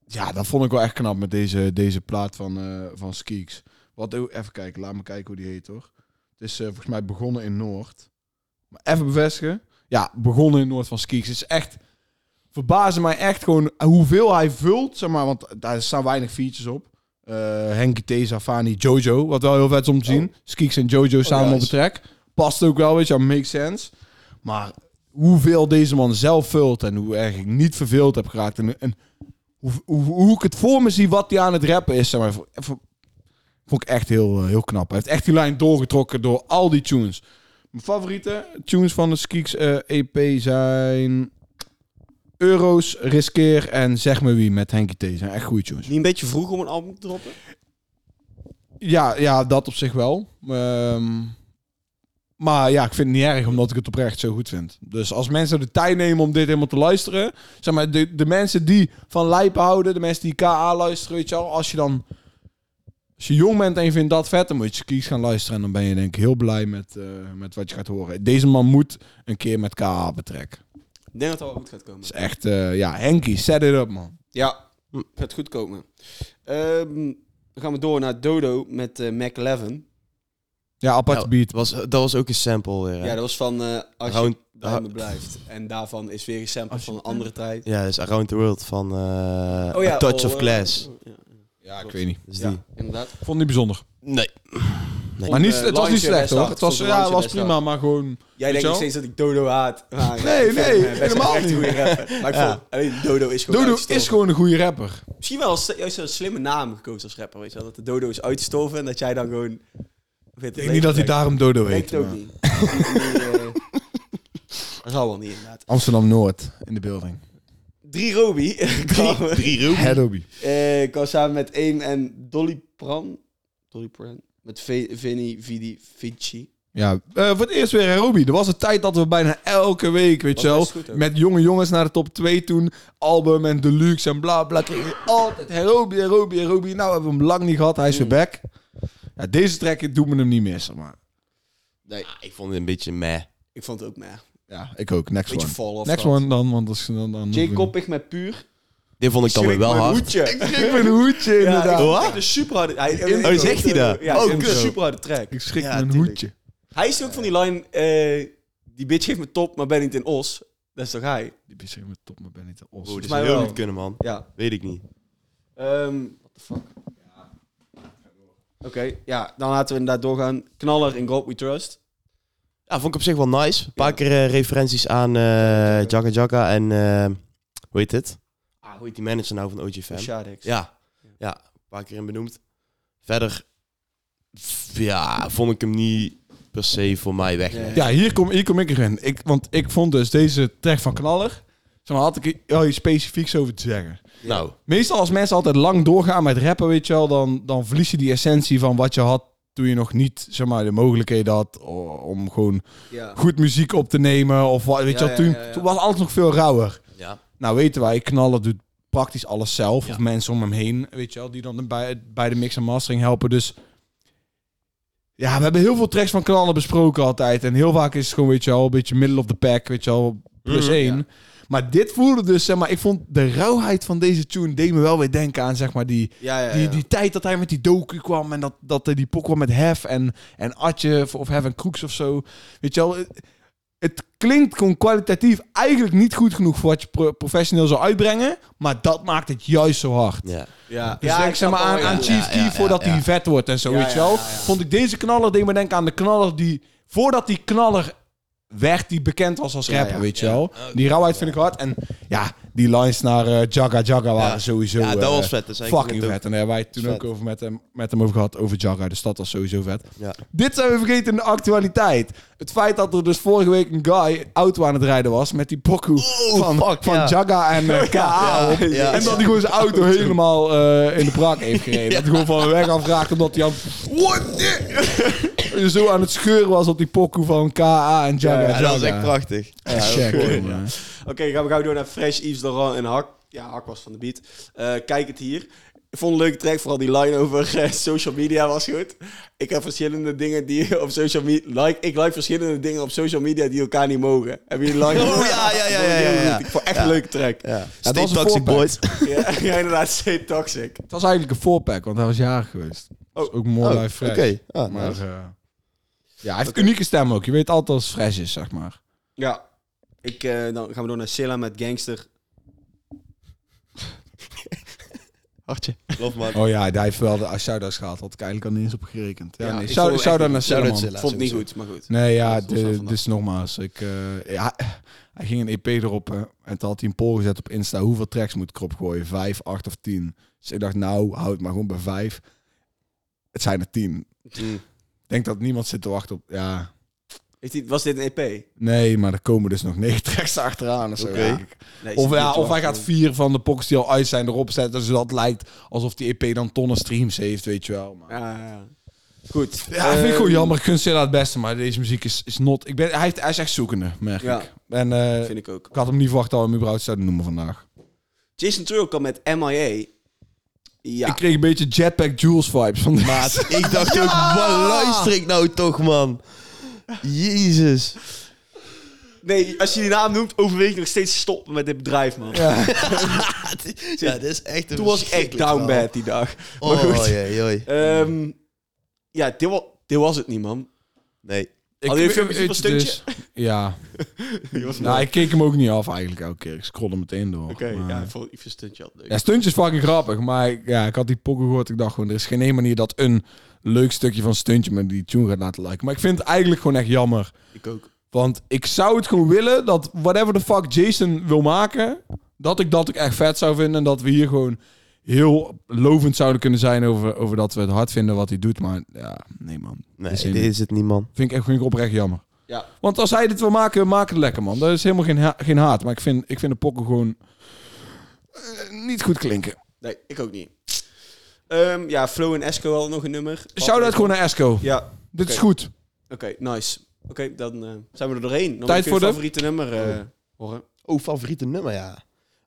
Speaker 1: ja, dat vond ik wel echt knap met deze, deze plaat van, eh van Skeeks. Wat, even kijken, laat me kijken hoe die heet hoor. Het is eh, volgens mij begonnen in Noord. Maar even bevestigen. Ja, begonnen in Noord van Skeeks. Het is echt, verbazen mij echt gewoon hoeveel hij vult, zeg maar, want daar staan weinig features op. Eh Henky T, Safani, Jojo, wat wel heel vet is om te zien. Skeeks en Jojo samen op de track. Past ook wel, weet je, wel, makes sense. Maar hoeveel deze man zelf vult en hoe erg ik niet verveeld heb geraakt. En, en hoe, hoe, hoe ik het voor me zie wat hij aan het rappen is. Zeg maar, Vo- vo- vond ik echt heel, eh, heel knap. Hij heeft echt die lijn doorgetrokken door al die tunes. Mijn favoriete tunes van de Skeeks eh, EP zijn... Euro's, Riskeer en Zeg Me Wie met Henky T. Zijn echt goede tunes.
Speaker 2: Niet een beetje vroeg om een album te droppen?
Speaker 1: Ja, ja dat op zich wel. Ehm, maar ja, ik vind het niet erg omdat ik het oprecht zo goed vind. Dus als mensen de tijd nemen om dit helemaal te luisteren. Zeg maar, de, de mensen die van lijpen houden, de mensen die KA luisteren, weet je wel. Als je dan. Als je jong bent en je vindt dat vet, dan moet je kies gaan luisteren. En dan ben je denk ik heel blij met, eh, met wat je gaat horen. Deze man moet een keer met KA betrekken.
Speaker 2: Ik denk dat dat wel goed gaat komen.
Speaker 1: Dat is echt, eh, ja, Henky, set it up man.
Speaker 2: Ja, gaat goed komen. Ehm, dan gaan we door naar Dodo met eh Mac 11.
Speaker 1: Ja, apart
Speaker 3: Ja,
Speaker 1: beat.
Speaker 3: was, dat was ook een sample weer. hè?
Speaker 2: Ja, dat was van eh, Als je
Speaker 3: Round-
Speaker 2: bij me blijft. En daarvan is weer een sample van een andere tijd.
Speaker 3: Ja, dus Around the World van eh,
Speaker 2: Oh ja,
Speaker 3: A Touch
Speaker 2: oh,
Speaker 3: of
Speaker 2: eh,
Speaker 3: Glass.
Speaker 2: ja,
Speaker 1: Ja, ik weet niet.
Speaker 3: Dus die.
Speaker 2: ja, inderdaad.
Speaker 1: Vond niet bijzonder.
Speaker 3: Nee. Nee.
Speaker 1: Maar
Speaker 2: Vond,
Speaker 1: niet,
Speaker 2: eh,
Speaker 1: het was niet
Speaker 2: Launcher
Speaker 1: slecht
Speaker 2: best
Speaker 1: hoor.
Speaker 2: hard.
Speaker 1: Het was,
Speaker 2: Vond
Speaker 1: ja, het
Speaker 2: Launcher
Speaker 1: was
Speaker 2: best
Speaker 1: prima,
Speaker 2: hard.
Speaker 1: maar gewoon...
Speaker 2: Jij denkt nog
Speaker 1: wel?
Speaker 2: steeds dat ik Dodo haat. Maar,
Speaker 1: Nee,
Speaker 2: ik vind
Speaker 1: nee,
Speaker 2: hem, eh, best
Speaker 1: helemaal
Speaker 2: een echt
Speaker 1: niet.
Speaker 2: goede rapper. Maar ik
Speaker 3: Ja.
Speaker 2: vond, alleen Dodo is gewoon
Speaker 1: Dodo
Speaker 2: uitgestorven.
Speaker 1: is gewoon een goede rapper.
Speaker 2: Misschien wel als- juist een slimme naam gekozen als rapper, weet je wel. Dat de Dodo is uitgestorven en dat jij dan gewoon...
Speaker 1: Ik denk niet dat hij daarom Dodo
Speaker 2: weet
Speaker 1: heet.
Speaker 2: het ook
Speaker 1: maar-
Speaker 2: niet. Die, eh, Dat zal wel niet, inderdaad.
Speaker 1: Amsterdam-Noord in de building.
Speaker 2: Drie Roby kwamen,
Speaker 3: Drie roep.
Speaker 1: Adobe.
Speaker 2: eh, kwam samen met Aim en Dolly Pran. Dolly Pran. Met Ve- Vinny, Vidi, Vici.
Speaker 1: Ja, eh, voor het eerst weer Herobi. Er was een tijd dat we bijna elke week, weet
Speaker 2: Was
Speaker 1: je wel,
Speaker 2: best goed ook.
Speaker 1: met jonge jongens naar de top 2 toen, album en deluxe en bla bla, kregen we altijd Herobi, Herobi, Herobi. Nou hebben we hem lang niet gehad, hij
Speaker 2: Mm.
Speaker 1: is weer back. Ja, deze track doen we hem niet missen, maar
Speaker 2: Nee,
Speaker 3: Ik vond het een beetje meh.
Speaker 2: ik vond het ook meh.
Speaker 1: ja, ik ook. Next
Speaker 2: Beetje
Speaker 1: one.
Speaker 2: vol of
Speaker 1: Next
Speaker 2: wat.
Speaker 1: one dan, want dat is dan... dan
Speaker 2: Jay Koppig met Puur.
Speaker 3: Dit vond ik dan weer
Speaker 2: Schrik
Speaker 3: Mm-hmm. wel
Speaker 2: mijn
Speaker 3: hard.
Speaker 2: hoedje.
Speaker 1: Ik schrik mijn hoedje, inderdaad.
Speaker 3: Wat?
Speaker 2: De super harde. Hij,
Speaker 3: Oh, zegt hij dat?
Speaker 2: Ja,
Speaker 3: Oh,
Speaker 2: oh,
Speaker 3: kut.
Speaker 2: super harde track.
Speaker 1: Ik schrik
Speaker 3: Ja,
Speaker 1: mijn
Speaker 3: tuurlijk.
Speaker 1: hoedje.
Speaker 2: Hij is ook van die line, eh, die bitch geeft me top, maar ben niet in Os. Dat is toch hij?
Speaker 1: Die ben ik met top, maar ben niet de Dus os.
Speaker 3: Oh,
Speaker 2: mij
Speaker 3: dit zou heel
Speaker 2: wel.
Speaker 3: niet kunnen, man.
Speaker 2: Ja.
Speaker 3: Weet ik niet.
Speaker 2: Ehm What the fuck? Oké, ja, dan laten we inderdaad doorgaan. Knaller in God We Trust.
Speaker 3: Ja, vond ik op zich wel nice. Een paar
Speaker 2: Ja.
Speaker 3: keer eh, referenties aan eh Jagga Jagga en... eh, hoe heet dit? Ah, hoe heet die manager nou van OGFM?
Speaker 2: Shadex.
Speaker 3: Ja, ja, een paar keer in benoemd. Verder, f- ja, vond ik hem niet per se voor mij weg.
Speaker 2: Nee.
Speaker 1: Ja, hier kom, hier kom ik erin. Ik, want ik vond dus deze track van Knaller... Zeg maar, had ik hier wel iets specifieks over te zeggen.
Speaker 3: Nou,
Speaker 1: Meestal als mensen altijd lang doorgaan met rappen, weet je wel... dan, dan verlies je die essentie van wat je had toen je nog niet zeg maar, de mogelijkheden had... o- om gewoon
Speaker 2: Ja.
Speaker 1: goed muziek op te nemen. Of wat, weet
Speaker 2: Ja,
Speaker 1: je wel,
Speaker 2: ja,
Speaker 1: toen,
Speaker 2: ja, ja.
Speaker 1: toen was alles nog veel rauwer.
Speaker 3: ja.
Speaker 1: Nou weten wij, Knaller doet praktisch alles zelf. Of mensen om hem heen, weet je wel, die dan bij, bij de mix en mastering helpen. Dus ja, we hebben heel veel tracks van Knaller besproken altijd. En heel vaak is het gewoon, weet je wel, een beetje middle of the pack, weet je wel, plus
Speaker 3: Mhm,
Speaker 1: één. Maar dit voelde dus, zeg maar, ik vond de rauwheid van deze tune deed me wel weer denken aan, zeg maar, die,
Speaker 2: Ja, ja, ja.
Speaker 1: die, die tijd dat hij met die docu kwam en dat, dat hij die pok kwam met Hef en, en Atje of, of Hef en Kroeks of zo. Weet je wel, het, het klinkt gewoon kwalitatief eigenlijk niet goed genoeg voor wat je pro- professioneel zou uitbrengen, maar dat maakt het juist zo hard.
Speaker 3: ja.
Speaker 2: ja.
Speaker 1: Dus
Speaker 2: ja,
Speaker 1: denk
Speaker 2: ik
Speaker 1: zeg maar
Speaker 2: snap
Speaker 1: aan,
Speaker 2: wel,
Speaker 1: aan
Speaker 2: ja.
Speaker 1: Chief
Speaker 3: Ja,
Speaker 1: Keef
Speaker 3: ja,
Speaker 1: voordat
Speaker 3: ja,
Speaker 1: hij
Speaker 3: ja.
Speaker 1: vet wordt en zo,
Speaker 2: Ja,
Speaker 1: weet je
Speaker 2: ja,
Speaker 1: wel.
Speaker 2: ja, ja.
Speaker 1: Vond ik deze knaller, deed me denken aan de knaller die, voordat die knaller werd, die bekend was als
Speaker 2: Ja,
Speaker 1: rapper,
Speaker 2: ja,
Speaker 1: weet je wel. Die rauwheid vind ik hard. En ja, die lines naar eh, Jagga Jagga waren sowieso...
Speaker 3: Ja, dat
Speaker 1: eh,
Speaker 3: was vet. Dat zei ik
Speaker 1: Fucking
Speaker 3: net ook.
Speaker 1: vet. En daar hebben wij het toen
Speaker 3: Vet.
Speaker 1: ook over met hem, met hem over gehad. Over Jagga. Dus dat was sowieso vet.
Speaker 3: Ja.
Speaker 1: Dit zijn we vergeten in de actualiteit. Het feit dat er dus vorige week een guy auto aan het rijden was met die pokoe van,
Speaker 3: Oh, fuck,
Speaker 1: van
Speaker 3: ja.
Speaker 1: Jagga en eh, KA. op.
Speaker 3: ja.
Speaker 1: En dat hij gewoon zijn auto helemaal eh, in de prak heeft gereden. Dat hij gewoon van de weg afraakte omdat hij aan, What the- zo aan het scheuren was op die pokoe van KA en Jagga.
Speaker 3: Ja, dat was echt
Speaker 1: Jagga.
Speaker 3: prachtig.
Speaker 1: Echt check,
Speaker 3: cool,
Speaker 1: man.
Speaker 2: Oké, gaan we gauw door naar Fresh, Yves Laurent en Hak. Ja, Hak was van de beat. Eh, kijk het hier. Ik vond een leuke track, vooral die line over eh, social media was goed. Ik heb verschillende dingen die op social media... Like, ik like verschillende dingen op social media die elkaar niet mogen. Hebben jullie like?
Speaker 3: Oh, ja, ja, ja, ja, ja,
Speaker 2: Heel
Speaker 3: ja.
Speaker 2: goed. Ik vond echt een leuke track. Ja,
Speaker 3: Ja.
Speaker 1: dat
Speaker 3: Stay
Speaker 1: was een
Speaker 3: Toxic
Speaker 1: voorbeeld.
Speaker 3: Boys.
Speaker 2: ja, inderdaad, stay toxic.
Speaker 1: Het was eigenlijk een voorpack, want hij was jarig geweest. Dus ook mooi
Speaker 3: Oh,
Speaker 1: live fresh.
Speaker 3: oké. Ah,
Speaker 1: Maar,
Speaker 3: nice.
Speaker 1: eh, ja, hij heeft een unieke stem ook. Je weet altijd als het fresh is, zeg maar.
Speaker 2: Ja. Ik, eh, dan gaan we door naar Silla met Gangster. Hartje.
Speaker 3: Love, man.
Speaker 1: Oh ja, hij heeft wel de shout-outs gehad. Had ik eigenlijk al niet eens op gerekend. Ja,
Speaker 2: Ja,
Speaker 1: nee.
Speaker 2: ik
Speaker 1: Shout-
Speaker 2: vond het
Speaker 1: Shout-out
Speaker 2: echt
Speaker 1: naar Silla,
Speaker 3: Shout-out
Speaker 1: man.
Speaker 3: Silla.
Speaker 2: Vond het niet goed, maar goed.
Speaker 1: Nee, ja,
Speaker 2: Dat was wel
Speaker 1: de-
Speaker 2: vandaag.
Speaker 1: dus nogmaals. Ik, eh, ja, hij ging een EP erop hè, en toen had hij een poll gezet op Insta. Hoeveel tracks moet ik erop gooien? Vijf, acht of tien? Dus ik dacht, nou, houd het maar gewoon bij vijf. Het zijn er tien.
Speaker 3: Mm.
Speaker 1: Ik denk dat niemand zit te wachten op... Ja,
Speaker 2: Heeft hij- was dit een E EP? Nee,
Speaker 1: nee, maar er komen dus nog negen tracks achteraan. Of zo,
Speaker 3: Oké.
Speaker 1: denk ik.
Speaker 2: zit
Speaker 1: Of,
Speaker 2: niet
Speaker 1: ja,
Speaker 2: te
Speaker 1: of hij
Speaker 2: wachten.
Speaker 1: gaat vier van de pockets die al uit zijn erop zetten. Zodat het lijkt alsof die EP dan tonnen streams heeft, weet je wel. Maar... Ja,
Speaker 2: Ja, ja, ja. Goed.
Speaker 1: vind ik
Speaker 2: Eh,
Speaker 1: gewoon jammer. Ik gun Silla het beste, maar deze muziek is, is not... Ik ben, hij, heeft, hij is echt zoekende, merk
Speaker 2: Ja.
Speaker 1: ik. En eh,
Speaker 2: Vind ik ook.
Speaker 1: ik had hem niet verwacht dat we hem überhaupt zouden noemen vandaag.
Speaker 2: Jason Trudeau kwam met MIA. Ja.
Speaker 1: Ik kreeg een beetje Jetpack Jules vibes van deze.
Speaker 3: Maat, ik dacht ook, wat luister ik nou toch, man? Jezus.
Speaker 2: Nee, als je die naam noemt, overweeg ik nog steeds stoppen met dit bedrijf, man.
Speaker 3: ja, dit is echt een
Speaker 2: Toen was ik echt
Speaker 3: verschrikkelijk
Speaker 2: down
Speaker 3: verhaal.
Speaker 2: bad die dag. Maar
Speaker 3: Oh,
Speaker 2: goed.
Speaker 3: jee, jee.
Speaker 2: Ehm, ja, dit, wa- dit was het niet, man.
Speaker 3: Nee.
Speaker 1: Ik
Speaker 2: Had je een
Speaker 1: weet-
Speaker 2: filmpje
Speaker 1: weet
Speaker 2: van
Speaker 1: je
Speaker 2: Stuntje?
Speaker 1: dus- ja.
Speaker 3: Die was
Speaker 1: nou,
Speaker 3: mooi.
Speaker 1: ik keek hem ook niet af eigenlijk elke keer. Ik scrollde meteen door.
Speaker 3: Oké,
Speaker 1: maar-
Speaker 3: ja, ik vond Yves Stuntje altijd leuk.
Speaker 1: Ja, Stuntje is fucking grappig, maar ik- ja, ik had die pokken gehoord. Ik dacht gewoon, er is geen ene manier dat een leuk stukje van Stuntje met die tune gaat laten liken. Maar ik vind het eigenlijk gewoon echt jammer.
Speaker 3: Ik ook.
Speaker 1: Want ik zou het gewoon willen dat whatever the fuck Jason wil maken, dat ik dat ook echt vet zou vinden. En dat we hier gewoon heel lovend zouden kunnen zijn over, over dat we het hard vinden wat hij doet. Maar ja, nee man.
Speaker 3: Nee,
Speaker 1: Is
Speaker 3: dit
Speaker 1: hij niet.
Speaker 3: is het niet, man.
Speaker 1: Vind ik echt gewoon oprecht jammer.
Speaker 2: Ja.
Speaker 1: Want als hij dit wil maken, maak het lekker man. Dat is helemaal geen, ha- geen haat. Maar ik vind, ik vind de pokken gewoon eh, niet goed klinken.
Speaker 2: Nee, ik ook niet. Ehm, ja, Flo en Esco hadden nog een nummer.
Speaker 1: Shout-out gewoon naar Esco.
Speaker 2: Ja,
Speaker 1: Dit is
Speaker 2: Oké.
Speaker 1: goed.
Speaker 2: oké, nice. Oké, dan eh, zijn we er doorheen. Dan
Speaker 1: Tijd
Speaker 2: moet ik
Speaker 1: voor de-
Speaker 2: je favoriete nummer eh, horen.
Speaker 3: Oh, favoriete nummer, ja.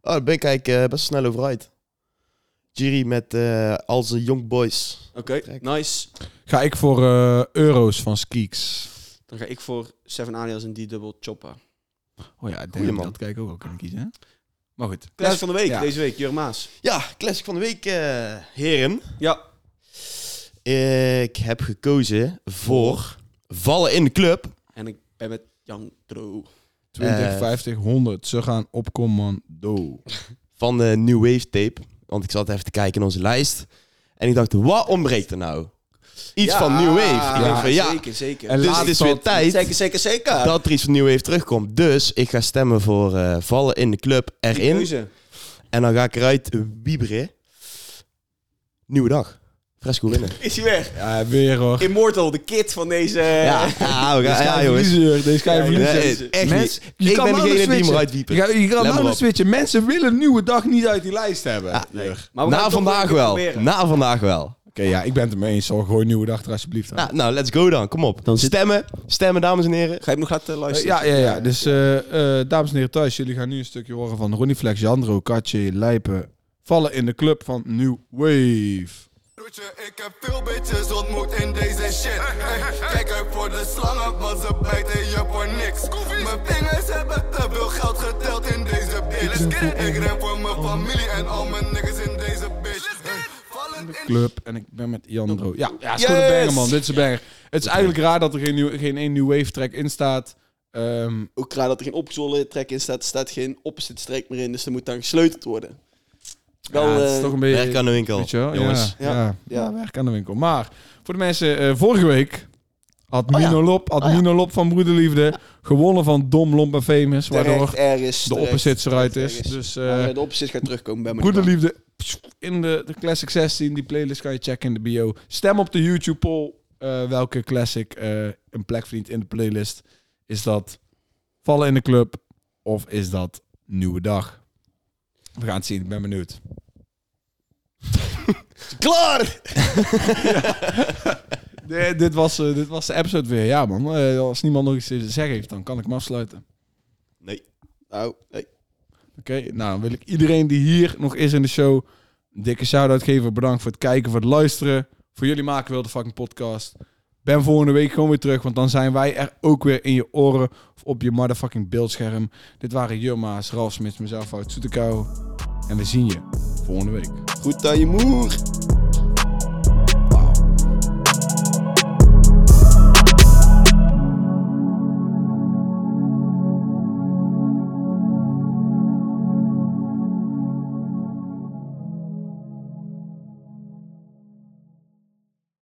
Speaker 3: Oh, daar ben ik eigenlijk eh, best snel over uit. Jiri met eh Al zijn Young Boys.
Speaker 2: Oké, nice.
Speaker 1: Ga ik voor eh, euro's van Skeeks.
Speaker 2: Dan ga ik voor Seven Alias en D-Double Choppa.
Speaker 1: Oh ja, ik
Speaker 3: Goeie
Speaker 1: denk dat
Speaker 3: man.
Speaker 1: ik dat ik ook wel kan kiezen. hè? Maar goed.
Speaker 2: Classic van de week,
Speaker 1: ja.
Speaker 2: deze week, Jur Maas.
Speaker 3: Ja, classic van de week, eh, heren.
Speaker 2: Ja,
Speaker 3: Ik heb gekozen voor Vallen in de Club.
Speaker 2: en ik ben met Jan Dro.
Speaker 1: 20,
Speaker 3: Eh.
Speaker 1: 50, 100. Ze gaan op commando.
Speaker 3: van de New Wave tape. Want ik zat even te kijken in onze lijst. En ik dacht, wat ontbreekt er nou? Iets van New Wave. Ik dacht van, ja,
Speaker 2: zeker, zeker.
Speaker 1: En
Speaker 3: dus
Speaker 1: laatst
Speaker 3: het is
Speaker 1: had-
Speaker 3: weer tijd
Speaker 2: Zeker, zeker, zeker.
Speaker 3: dat er iets van New Wave terugkomt. Dus ik ga stemmen voor eh, Vallen in de Club
Speaker 2: Die
Speaker 3: erin.
Speaker 2: keuze.
Speaker 3: En dan ga ik eruit wieberen. Nieuwe dag. Fresco winnen.
Speaker 2: Is hij weg?
Speaker 1: Ja, weer hoor.
Speaker 2: Immortal, de kid van deze...
Speaker 3: Ja, ja,
Speaker 1: Deze
Speaker 3: we gaan,
Speaker 1: Dus ga
Speaker 3: ja
Speaker 1: je
Speaker 3: jongens.
Speaker 1: verliezen, Jur. Deze ga je
Speaker 2: Ja,
Speaker 1: verliezen.
Speaker 3: Nee, echt
Speaker 1: Mens-
Speaker 3: niet.
Speaker 1: je
Speaker 3: ik
Speaker 1: kan
Speaker 3: ben
Speaker 1: nou
Speaker 3: degene
Speaker 1: nog
Speaker 3: die hem
Speaker 1: switchen.
Speaker 3: eruit
Speaker 1: Je,
Speaker 3: wiepen.
Speaker 1: ga- je kan
Speaker 3: Let
Speaker 1: nou
Speaker 3: maar
Speaker 1: nog
Speaker 3: op.
Speaker 1: switchen. Mensen willen nieuwe dag niet uit die lijst hebben.
Speaker 3: Ja,
Speaker 1: Jur. Oké,
Speaker 2: Maar we gaan
Speaker 3: Na
Speaker 2: het toch
Speaker 3: vandaag
Speaker 2: weer
Speaker 3: wel.
Speaker 2: proberen.
Speaker 3: Na vandaag wel.
Speaker 1: ja, ik ben het ermee eens. Zorg gewoon nieuwe dag er alsjeblieft. aan.
Speaker 3: Nou, nou, let's go dan. Kom op. Stemmen. Stemmen, dames en heren.
Speaker 2: Ga je hem nog laten
Speaker 1: Eh,
Speaker 2: luisteren?
Speaker 1: ja, ja, ja. Dus eh, eh, dames en heren thuis, jullie gaan nu een stukje horen van Ronnie Flex, Jandro, Katje, Lijpen. Vallen in de club van New Wave.
Speaker 5: Doetje, ik heb veel bitches ontmoet in deze shit. Hey, kijk uit voor de slangen, want ze bijten je voor niks. Mijn vingers hebben te veel geld geteld in deze bitch. Ik ren voor mijn familie en al mijn niggas in deze bitch. Hey, vallen in
Speaker 1: Club en ik ben met Jandro. Ja, ja het is gewoon een banger man. Dit is een banger. Het is eigenlijk raar dat er geen, nieuw, geen één New Wave track in staat. Ehm,
Speaker 2: Ook raar dat er geen opgezwollen trek in staat. Er staat geen opposite track meer in, dus er moet dan gesleuteld worden. Wel,
Speaker 1: ja, het is
Speaker 2: eh,
Speaker 1: toch een beetje...
Speaker 3: Werk aan de winkel.
Speaker 1: Weet je wel?
Speaker 3: Jongens.
Speaker 1: Ja, ja.
Speaker 2: Ja.
Speaker 1: Ja, werk aan de winkel. Maar voor de mensen, eh, vorige week had
Speaker 2: Oh
Speaker 1: Mino Lop, had Mino Lop van Broederliefde gewonnen van Dom Lomp en Famous, waardoor
Speaker 2: terecht, er is
Speaker 1: de
Speaker 2: terecht.
Speaker 1: opposite eruit
Speaker 2: terecht
Speaker 1: is.
Speaker 2: ergens.
Speaker 1: Dus
Speaker 2: Maar,
Speaker 1: eh
Speaker 2: eh, de opposite gaat terugkomen bij me.
Speaker 1: Broederliefde pss, in de, de Classic 16, die playlist kan je checken in de bio. Stem op de YouTube poll eh, welke Classic eh, een plek verdient in de playlist. Is dat Vallen in de Club of is dat Nieuwe Dag? We gaan het zien, ik ben benieuwd.
Speaker 3: Klaar!
Speaker 1: Nee, dit, was, eh, dit was de episode weer. Ja, man. Eh, als niemand nog iets te zeggen heeft, dan kan ik hem afsluiten.
Speaker 3: Nee.
Speaker 2: Nou, hey.
Speaker 1: Oké, nou dan wil ik iedereen die hier nog is in de show een dikke shout-out geven. Bedankt voor het kijken, voor het luisteren. Voor jullie maken wel de fucking podcast. Ben volgende week gewoon weer terug, want dan zijn wij er ook weer in je oren of op je motherfucking beeldscherm. Dit waren Jurma's, Ralf Smits, mezelf, Hout Soetekau. En we zien je volgende week.
Speaker 2: goed aan je moer.